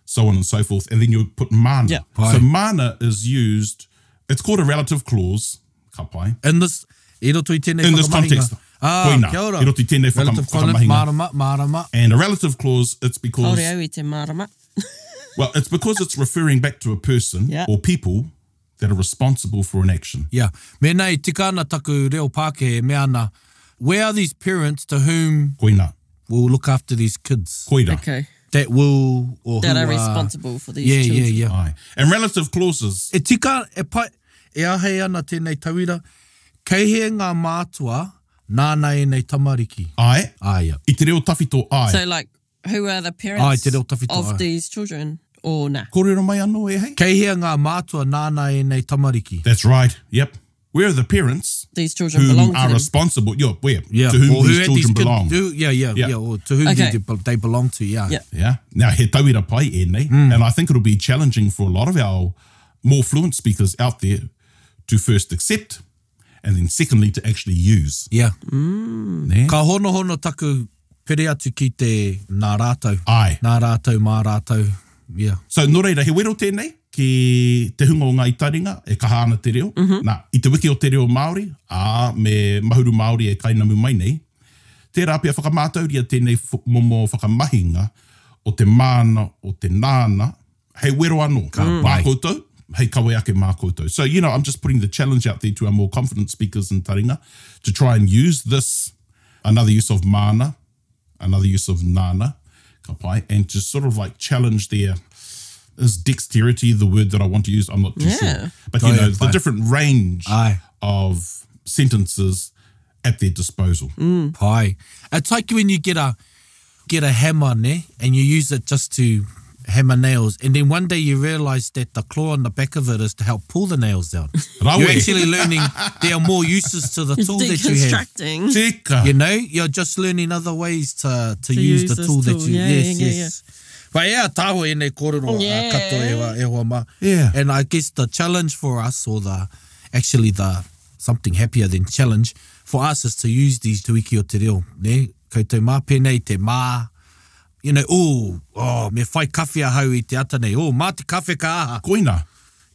Speaker 4: so on and so forth, and then you put mana.
Speaker 5: Yeah.
Speaker 3: Pai.
Speaker 4: So mana is used. It's called a relative clause. Ka pai.
Speaker 3: In this, i roto i tēnei
Speaker 4: In this
Speaker 3: whakamahinga.
Speaker 4: context,
Speaker 3: Ah,
Speaker 4: koina,
Speaker 3: kia ora.
Speaker 4: i roto i tēnei whakam-
Speaker 3: Relative comment,
Speaker 4: whakamahinga.
Speaker 3: mārama, mārama.
Speaker 4: And a relative clause, it's because
Speaker 5: Oreo i te marama.
Speaker 4: well, it's because it's referring back to a person
Speaker 5: Yeah.
Speaker 4: or people that are responsible for an action.
Speaker 3: Yeah. Mēnei, tika ana taku reo Pākehē, me ana, where are these parents to whom
Speaker 4: Koina,
Speaker 3: will look after these kids?
Speaker 4: koira.
Speaker 5: Okay.
Speaker 3: That will, or
Speaker 5: That
Speaker 3: who
Speaker 5: are
Speaker 3: are...
Speaker 5: responsible for these
Speaker 3: Yeah,
Speaker 5: children.
Speaker 3: yeah, yeah.
Speaker 4: Ai. And relative clauses.
Speaker 3: E tika, e pai, e ahei ana tēnei tauira, kei he ngā mātua, nāna e nei tamariki.
Speaker 4: Ai.
Speaker 3: Ai, ah,
Speaker 4: I te reo tawhito ai.
Speaker 5: So, like, who are the parents
Speaker 3: Ai, te reo tawhito, uh.
Speaker 5: of
Speaker 3: ai.
Speaker 5: these children or nah?
Speaker 4: Kōrero mai anō e hei?
Speaker 3: Kei hea ngā mātua nāna e nei tamariki.
Speaker 4: That's right. Yep. Where are the parents
Speaker 5: These children belong
Speaker 4: who
Speaker 5: to
Speaker 4: are
Speaker 5: them.
Speaker 4: responsible? Yeah, where,
Speaker 3: Yeah.
Speaker 4: to whom
Speaker 3: or
Speaker 4: these
Speaker 3: who
Speaker 4: children
Speaker 3: these kid-
Speaker 4: belong.
Speaker 3: Who, yeah, yeah, yeah,
Speaker 4: Yeah.
Speaker 3: Or to whom
Speaker 5: Okay.
Speaker 3: they, de- they belong to, yeah.
Speaker 5: Yeah.
Speaker 4: Yeah. Now, he tauira pai e nei.
Speaker 3: Hmm.
Speaker 4: And I think it'll be challenging for a lot of our more fluent speakers out there to first accept and then secondly to actually use.
Speaker 3: Yeah.
Speaker 5: Mm-hmm.
Speaker 4: Ne?
Speaker 3: Hmm. Ka hono hono taku pere atu ki te nā rātou.
Speaker 4: Ai.
Speaker 3: Nā rātou, mā rātou. Yeah.
Speaker 4: So, nō reira, he wero tēnei ki te hunga o ngā itaringa e kaha ana te reo. Nā, i te wiki o te reo Māori, a me mahuru Māori e kainamu mai nei, tērā pia whakamātauria tēnei wh- momo whakamahinga o te mana, o te nāna, hei wero anō, ka
Speaker 3: pai.
Speaker 4: koutou, hei kawe ake mā koutou. So, you know, I'm just putting the challenge out there to our more confident speakers in Taringa to try and use this, another use of mana, another use of nana, ka pai, and to sort of like challenge their, is dexterity the word that I want to use? I'm not too
Speaker 5: Yeah.
Speaker 4: sure. But, you
Speaker 3: Oh, yeah,
Speaker 4: know, the
Speaker 3: fine.
Speaker 4: different range
Speaker 3: Aye.
Speaker 4: of sentences at their disposal.
Speaker 3: Pai. It's like when you get a get a hammer, ne, and you use it just to hammer nails, and then one day you realise that the claw on the back of it is to help pull the nails down.
Speaker 4: Rawe.
Speaker 3: You're actually learning there are more uses to the
Speaker 5: It's
Speaker 3: tool that you have.
Speaker 5: deconstructing.
Speaker 4: Teka.
Speaker 3: You know, you're just learning other ways to to, use,
Speaker 5: use
Speaker 3: the
Speaker 5: this
Speaker 3: tool, that
Speaker 5: tool.
Speaker 3: you
Speaker 5: Yeah,
Speaker 3: yes
Speaker 5: yeah, yeah,
Speaker 3: yes. But yeah, tāho e nei kōrero yeah.
Speaker 5: Yeah.
Speaker 3: kato e wa, e hoa ma.
Speaker 4: Yeah.
Speaker 3: And I guess the challenge for us, or the actually the something happier than challenge for us is to use these tuiki o te reo. Ne? Kei te mā pēnei, te mā, you know, oh, oh, me whai kawhia hau i te ata nei. Oh, mā te kawhi ka aha.
Speaker 4: Koina.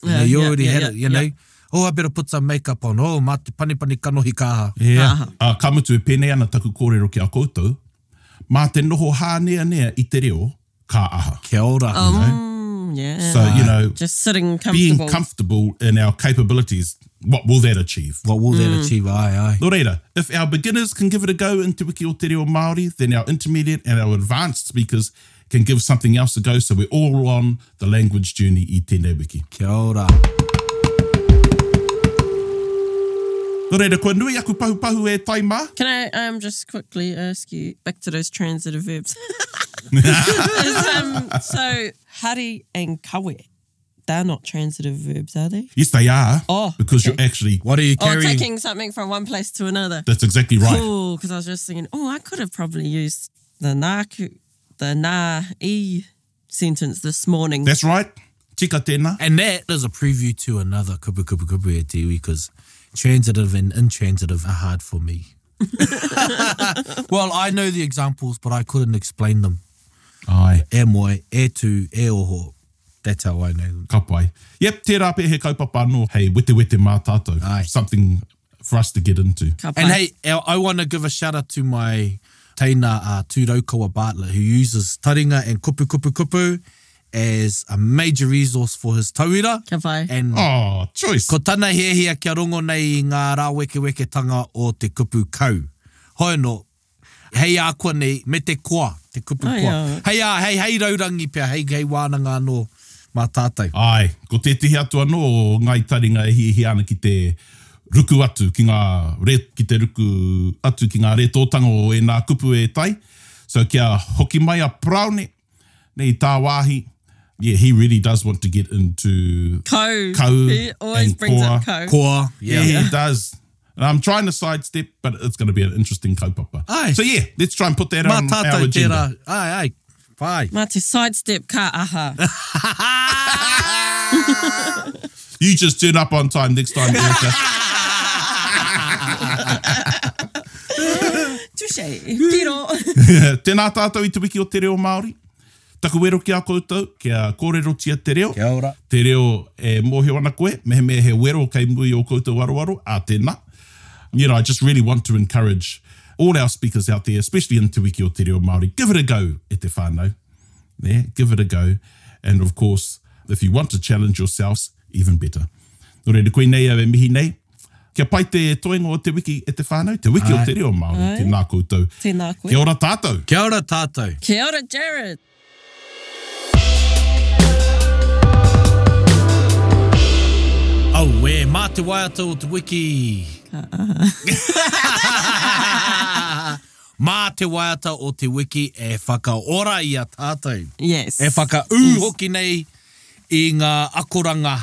Speaker 3: You know,
Speaker 5: Yeah,
Speaker 3: you
Speaker 5: yeah,
Speaker 3: already
Speaker 5: yeah,
Speaker 3: had
Speaker 5: yeah,
Speaker 3: it, you know.
Speaker 5: yeah.
Speaker 3: Oh, I better put some makeup on. Oh, mā te panipani kanohi ka aha.
Speaker 4: Yeah. Uh, ka mutu e pēnei ana taku kōrero ki a koutou. Mā te noho hānea nea i te reo, ka aha.
Speaker 3: Kia ora.
Speaker 5: Mm, yeah.
Speaker 4: So, you know,
Speaker 5: just sitting
Speaker 4: being
Speaker 5: comfortable.
Speaker 4: comfortable in our capabilities, what will that achieve?
Speaker 3: What will that achieve? Aye, aye.
Speaker 4: Nō reira, if our beginners can give it a go in Te Wiki o Te Reo Māori, then our intermediate and our advanced speakers can give something else a go. So we're all on the language journey i tēnei wiki.
Speaker 3: Kia ora.
Speaker 4: Nō reira, kua nui aku pahu pahu e tai mā.
Speaker 5: Can I um just quickly ask you back to those transitive verbs? Is, um, so hari and kawe, they're not transitive verbs, are they?
Speaker 4: Yes, they are.
Speaker 5: Oh,
Speaker 4: because
Speaker 5: okay.
Speaker 4: you're actually,
Speaker 3: What are you
Speaker 5: Or
Speaker 3: carrying?
Speaker 5: taking something from one place to another.
Speaker 4: that's exactly right.
Speaker 5: Cool, because I was just thinking, oh, I could have probably used the naku, the na e sentence this morning.
Speaker 4: That's right. Tika tēnā.
Speaker 3: And that is a preview to another kupu kupu kupu e te iwi because transitive and intransitive are hard for me. well, I know the examples, but I couldn't explain them.
Speaker 4: Ai.
Speaker 3: E moi, e tu, e oho. That's how I know them.
Speaker 4: Ka pai. Yep, tērā pē he kaupapa anō. Hey, wete wete mā tātou.
Speaker 3: Aye.
Speaker 4: Something for us to get into.
Speaker 5: Ka pai.
Speaker 3: And hey, I- I want to give a shout out to my teina uh, Tūraukawa Bartlett who uses taringa and kupu kupu kupu as a major resource for his tauira.
Speaker 5: Ka pai.
Speaker 3: And
Speaker 4: Oh, choice.
Speaker 3: Ko tana hiahia kia rongo nei i ngā rā wekeweketanga o te kupu kau. Hoeno, hei a kua nei, me te koa, te kupu
Speaker 5: Ai,
Speaker 3: koa.
Speaker 5: au.
Speaker 3: Hei a, hei, hei raurangi pia, hei hei wānanga anō mā tātou.
Speaker 4: Ai, ko te tihi atu anō o ngā itaringa e hihi ana ki te ruku atu, ki, ngā re, ki te ruku atu ki ngā retōtanga o e nā kupu e tai. So kia hoki mai a praune, nei tā wāhi. Yeah, he really does want to get into...
Speaker 5: Ko.
Speaker 4: Ko
Speaker 5: He always
Speaker 4: and
Speaker 5: brings up
Speaker 4: koa.
Speaker 5: ko.
Speaker 3: Koa,
Speaker 4: Yeah,
Speaker 3: yeah.
Speaker 4: he does. And I'm trying to sidestep, but it's going to be an interesting kaupapa.
Speaker 3: Aye.
Speaker 4: So yeah, let's try and put that
Speaker 3: Mā
Speaker 4: on our
Speaker 3: tātou tērā,
Speaker 4: agenda.
Speaker 3: ai, ai, pai.
Speaker 5: Mā te sidestep ka aha.
Speaker 4: You just turn up on time next time, Erica.
Speaker 5: Touche. Pero.
Speaker 4: Tēnā tātou i te wiki o te reo Māori. Taku wero ki a koutou, kia kōrero tia te reo.
Speaker 3: Kia ora.
Speaker 4: Te reo e mōhio ana koe, mehe mehe he wero kei mui o koutou waruwaru, a tēnā. You know, I just really want to encourage all our speakers out there, especially in Te Wiki o Te Reo Māori, give it a go e te whānau. Yeah, give it a go. And of course, if you want to challenge yourselves, even better. Nō reira, koe nei au e mihi nei. Kia pai te toenga o Te Wiki e te whānau, Te Wiki
Speaker 3: Ai.
Speaker 4: o Te Reo Māori, te nā koutou.
Speaker 5: Tēnā koe.
Speaker 4: Kia ora tātou.
Speaker 3: Kia ora tātou.
Speaker 5: Kia ora, Jared.
Speaker 3: Au e, mā te waiata o te wiki. mā te waiata o te wiki e whakaora i a tātou.
Speaker 5: Yes.
Speaker 3: E whaka ū hoki nei i ngā akoranga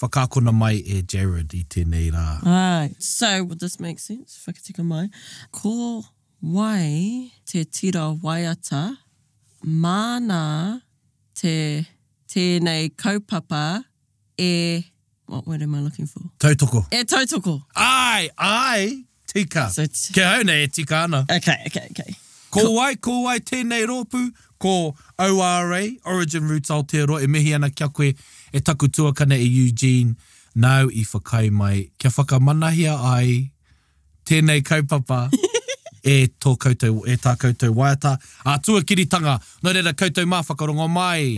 Speaker 3: whakakona mai e Jared i tēnei rā.
Speaker 5: Right. So, would this make sense? Whakatika mai. Ko wai te tira waiata, mana te tēnei kaupapa e... What word am I looking for?
Speaker 3: Tautoko.
Speaker 5: E tautoko.
Speaker 3: Ai, ai, tika.
Speaker 5: So it's-
Speaker 3: Ke au nei e tika ana.
Speaker 5: Okay, okay, okay.
Speaker 3: Ko wai, ko wai tēnei rōpū, ko ORA, Origin Roots Aotearoa, e mihi ana kia koe e taku tuakana e Eugene, nau i whakai mai. Kia whakamanahia ai, tēnei kaupapa, e tō koutou, e tā koutou waiata. A tuakiritanga, no reira koutou mā whakarongo mai.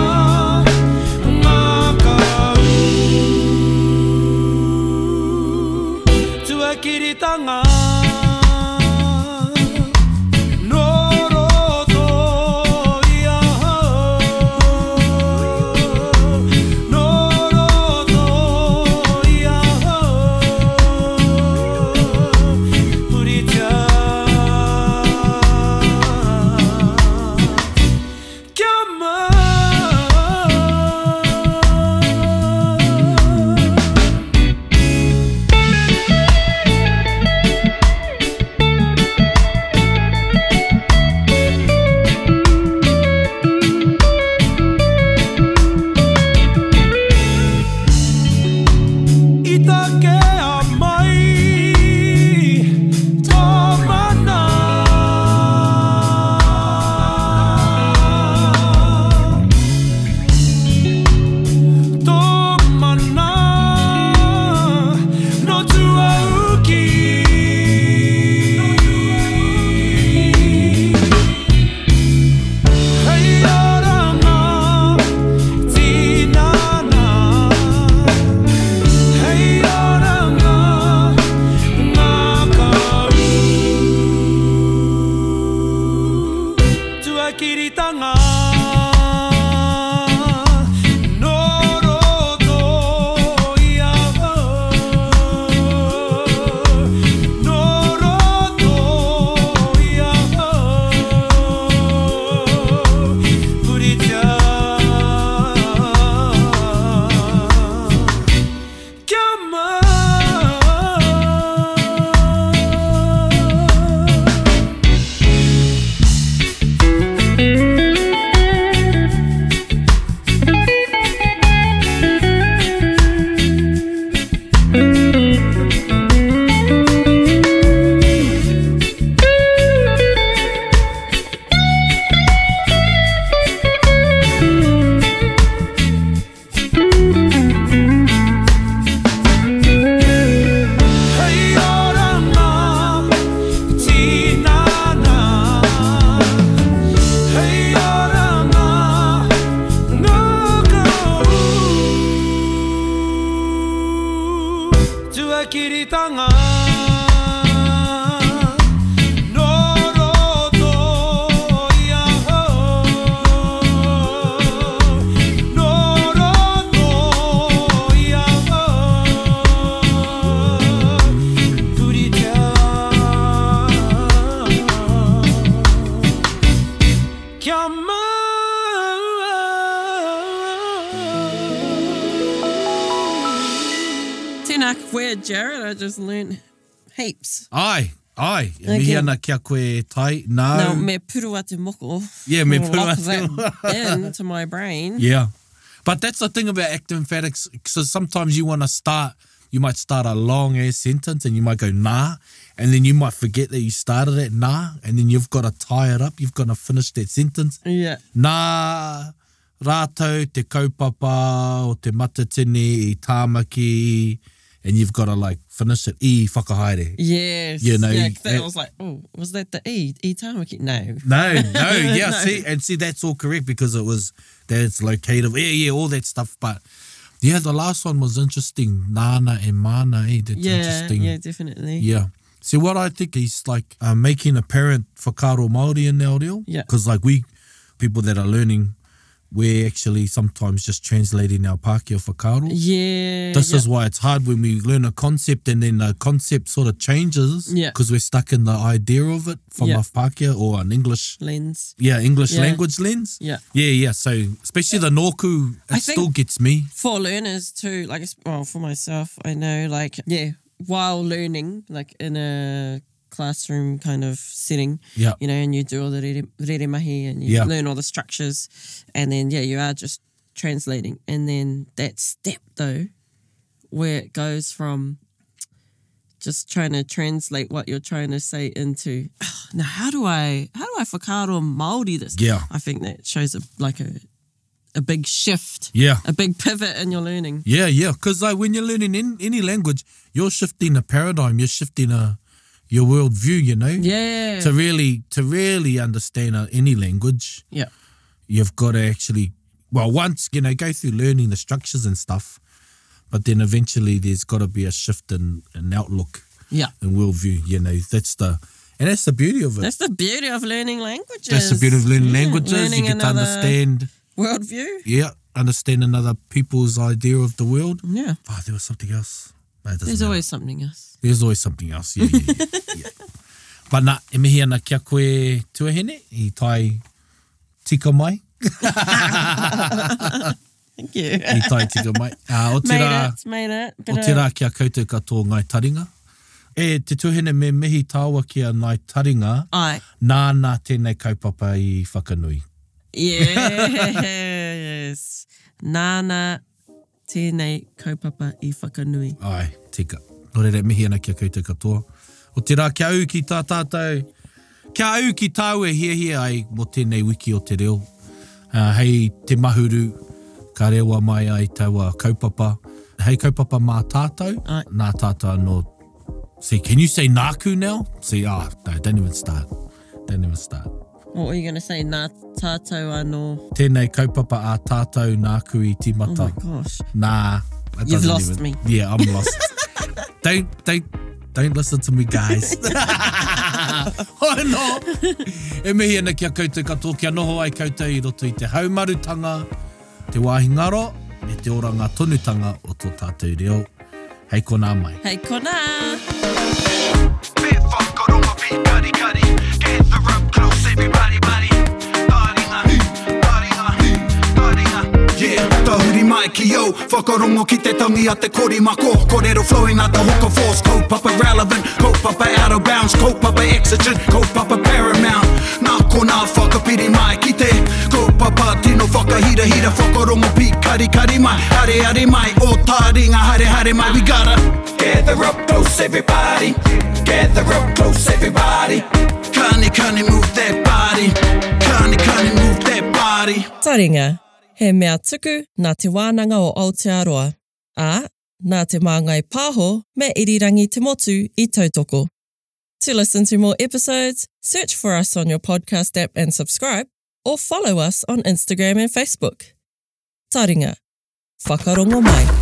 Speaker 6: Hey, ora ngā
Speaker 5: Tēnā koe, Jared. I just learned heaps.
Speaker 3: Ai, ai. E
Speaker 5: Okay.
Speaker 3: mihi ana kia koe tai. Nau.
Speaker 5: Now, me purua te moko.
Speaker 3: Um, Yeah, me puru
Speaker 5: Lock
Speaker 3: atu.
Speaker 5: that into my brain.
Speaker 3: Yeah. But that's the thing about active emphatics. So sometimes you want to start, you might start a long ass sentence and you might go, nah. And then you might forget that you started it, nah. And then you've got to tie it up. You've got to finish that sentence.
Speaker 5: Yeah.
Speaker 3: Nā rātou te kaupapa o te matatini i tāmaki. And you've got to like finish it. E whakahaere.
Speaker 5: Yes.
Speaker 3: You know,
Speaker 5: yeah, 'cause that
Speaker 3: that-
Speaker 5: was like, oh, was that the E? E Tamaki? No.
Speaker 3: No, no, yeah,
Speaker 5: No.
Speaker 3: see, and see, that's all correct because it was that it's locative, yeah, yeah, all that stuff. But yeah, the last one was interesting, Nana and Mana, eh? That's
Speaker 5: Yeah,
Speaker 3: interesting.
Speaker 5: yeah, definitely.
Speaker 3: Yeah. See, what I think is like uh, making a parent whakaro Māori in our reo.
Speaker 5: Yeah.
Speaker 3: Because like we, people that are learning, we're actually sometimes just translating our Pākehā whakaro.
Speaker 5: Yeah.
Speaker 3: This
Speaker 5: yeah.
Speaker 3: is why it's hard when we learn a concept and then the concept sort of changes
Speaker 5: Yeah.
Speaker 3: because we're stuck in the idea of it from
Speaker 5: Yeah.
Speaker 3: a Pākehā or an English
Speaker 5: lens.
Speaker 3: yeah, English
Speaker 5: Yeah.
Speaker 3: language lens.
Speaker 5: Yeah.
Speaker 3: Yeah, yeah. So especially the Norku, it
Speaker 5: I think-
Speaker 3: still gets me.
Speaker 5: For learners too, like it's- well, for myself, I know like yeah, while learning, like in a classroom kind of setting,
Speaker 3: Yeah.
Speaker 5: you know, and you do all the rere, rere mahi and you
Speaker 3: Yeah.
Speaker 5: learn all the structures and then yeah, you are just translating. And then that step though, where it goes from just trying to translate what you're trying to say into "Ah, now how do I how do I whakaro Māori this?
Speaker 3: Yeah.
Speaker 5: I think that shows a like a a big shift.
Speaker 3: Yeah.
Speaker 5: A big pivot in your learning.
Speaker 3: Yeah, yeah. Because like when you're learning in any language, you're shifting a paradigm. You're shifting a your worldview. You know.
Speaker 5: Yeah.
Speaker 3: To really to really understand uh, any language,
Speaker 5: yeah.
Speaker 3: you've got to actually well once you know go through learning the structures and stuff, but then eventually there's got to be a shift in in outlook
Speaker 5: Yeah.
Speaker 3: and worldview. You know that's the and that's the beauty of it.
Speaker 5: That's the beauty of learning languages.
Speaker 3: That's the beauty of learning
Speaker 5: Yeah,
Speaker 3: languages.
Speaker 5: learning
Speaker 3: you get to
Speaker 5: another
Speaker 3: understand.
Speaker 5: worldview.
Speaker 3: yeah, understand another people's idea of the world.
Speaker 5: Yeah.
Speaker 3: Oh, there was something else. No, it doesn't
Speaker 5: Mm. There's
Speaker 3: matter.
Speaker 5: always something else.
Speaker 3: there's always something else. Yeah, yeah, yeah. yeah. But na, e mihi ana kia koe tuahine i tai tika mai.
Speaker 5: Thank you.
Speaker 3: I tai tika mai. Uh, o te
Speaker 5: made
Speaker 3: rā,
Speaker 5: it, made it. But,
Speaker 3: o te rā kia koutou katoa ngai taringa. E te tuahine me mihi tāua kia ngai taringa,
Speaker 5: I,
Speaker 3: nāna tēnei kaupapa i whakanui.
Speaker 5: yes. Nana, tēnei kaupapa i whakanui.
Speaker 3: Ai, tika. No reira, mihi ana kia koutou katoa. O te rā, kia au ki tā tātou. Kia au ki tāu e hia hia ai mo tēnei wiki o te reo. Uh, hei te mahuru, ka rewa mai ai taua kaupapa. Hei kaupapa mā tātou,
Speaker 5: Ai.
Speaker 3: nā tātou anō. See, can you say nāku now? See, ah, no, don't even start. Don't even start.
Speaker 5: What were you going to say? Nā tātou anō.
Speaker 3: Tēnei kaupapa a tātou nāku i
Speaker 5: Oh
Speaker 3: timata.
Speaker 5: my gosh.
Speaker 3: Nah, that
Speaker 5: You've
Speaker 3: doesn't
Speaker 5: lost
Speaker 3: even-
Speaker 5: me.
Speaker 3: Yeah, I'm lost. don't don't don't listen to me, guys. oh no. E mihi ana kia koutou katoa, kia noho ai koutou i roto i te haumarutanga, te wāhingaro, me te oranga tonutanga o tō tātou reo. Hei kona mai.
Speaker 5: Hei kona!
Speaker 1: Bit whakaronga pīkari kari. Gather up close everybody buddy. Taringa, taringa, taringa. Yeah, tahuri mai ki yo Whakarongo ki te tangi a te kori mako Kōrero flowing a te hoka force Kaupapa relevant, kaupapa out of bounds Kaupapa exigent, kaupapa paramount Nā kona whakapiri mai ki te Kaupapa tino whakahira hira Whakarongo pīkari kari mai Hare hare mai, o tā ringa hare hare mai We gotta
Speaker 2: Gather up close, everybody. Gather up close, everybody.
Speaker 1: Kani kani move that body. Kani kani move that body.
Speaker 5: Taringa, he mea tuku nā te wānanga o Aotearoa, ā, nā te māngai pāho me irirangi te motu i tautoko. To listen to more episodes, search for us on your podcast app and subscribe, or follow us on Instagram and Facebook. Taringa, whakarongo mai.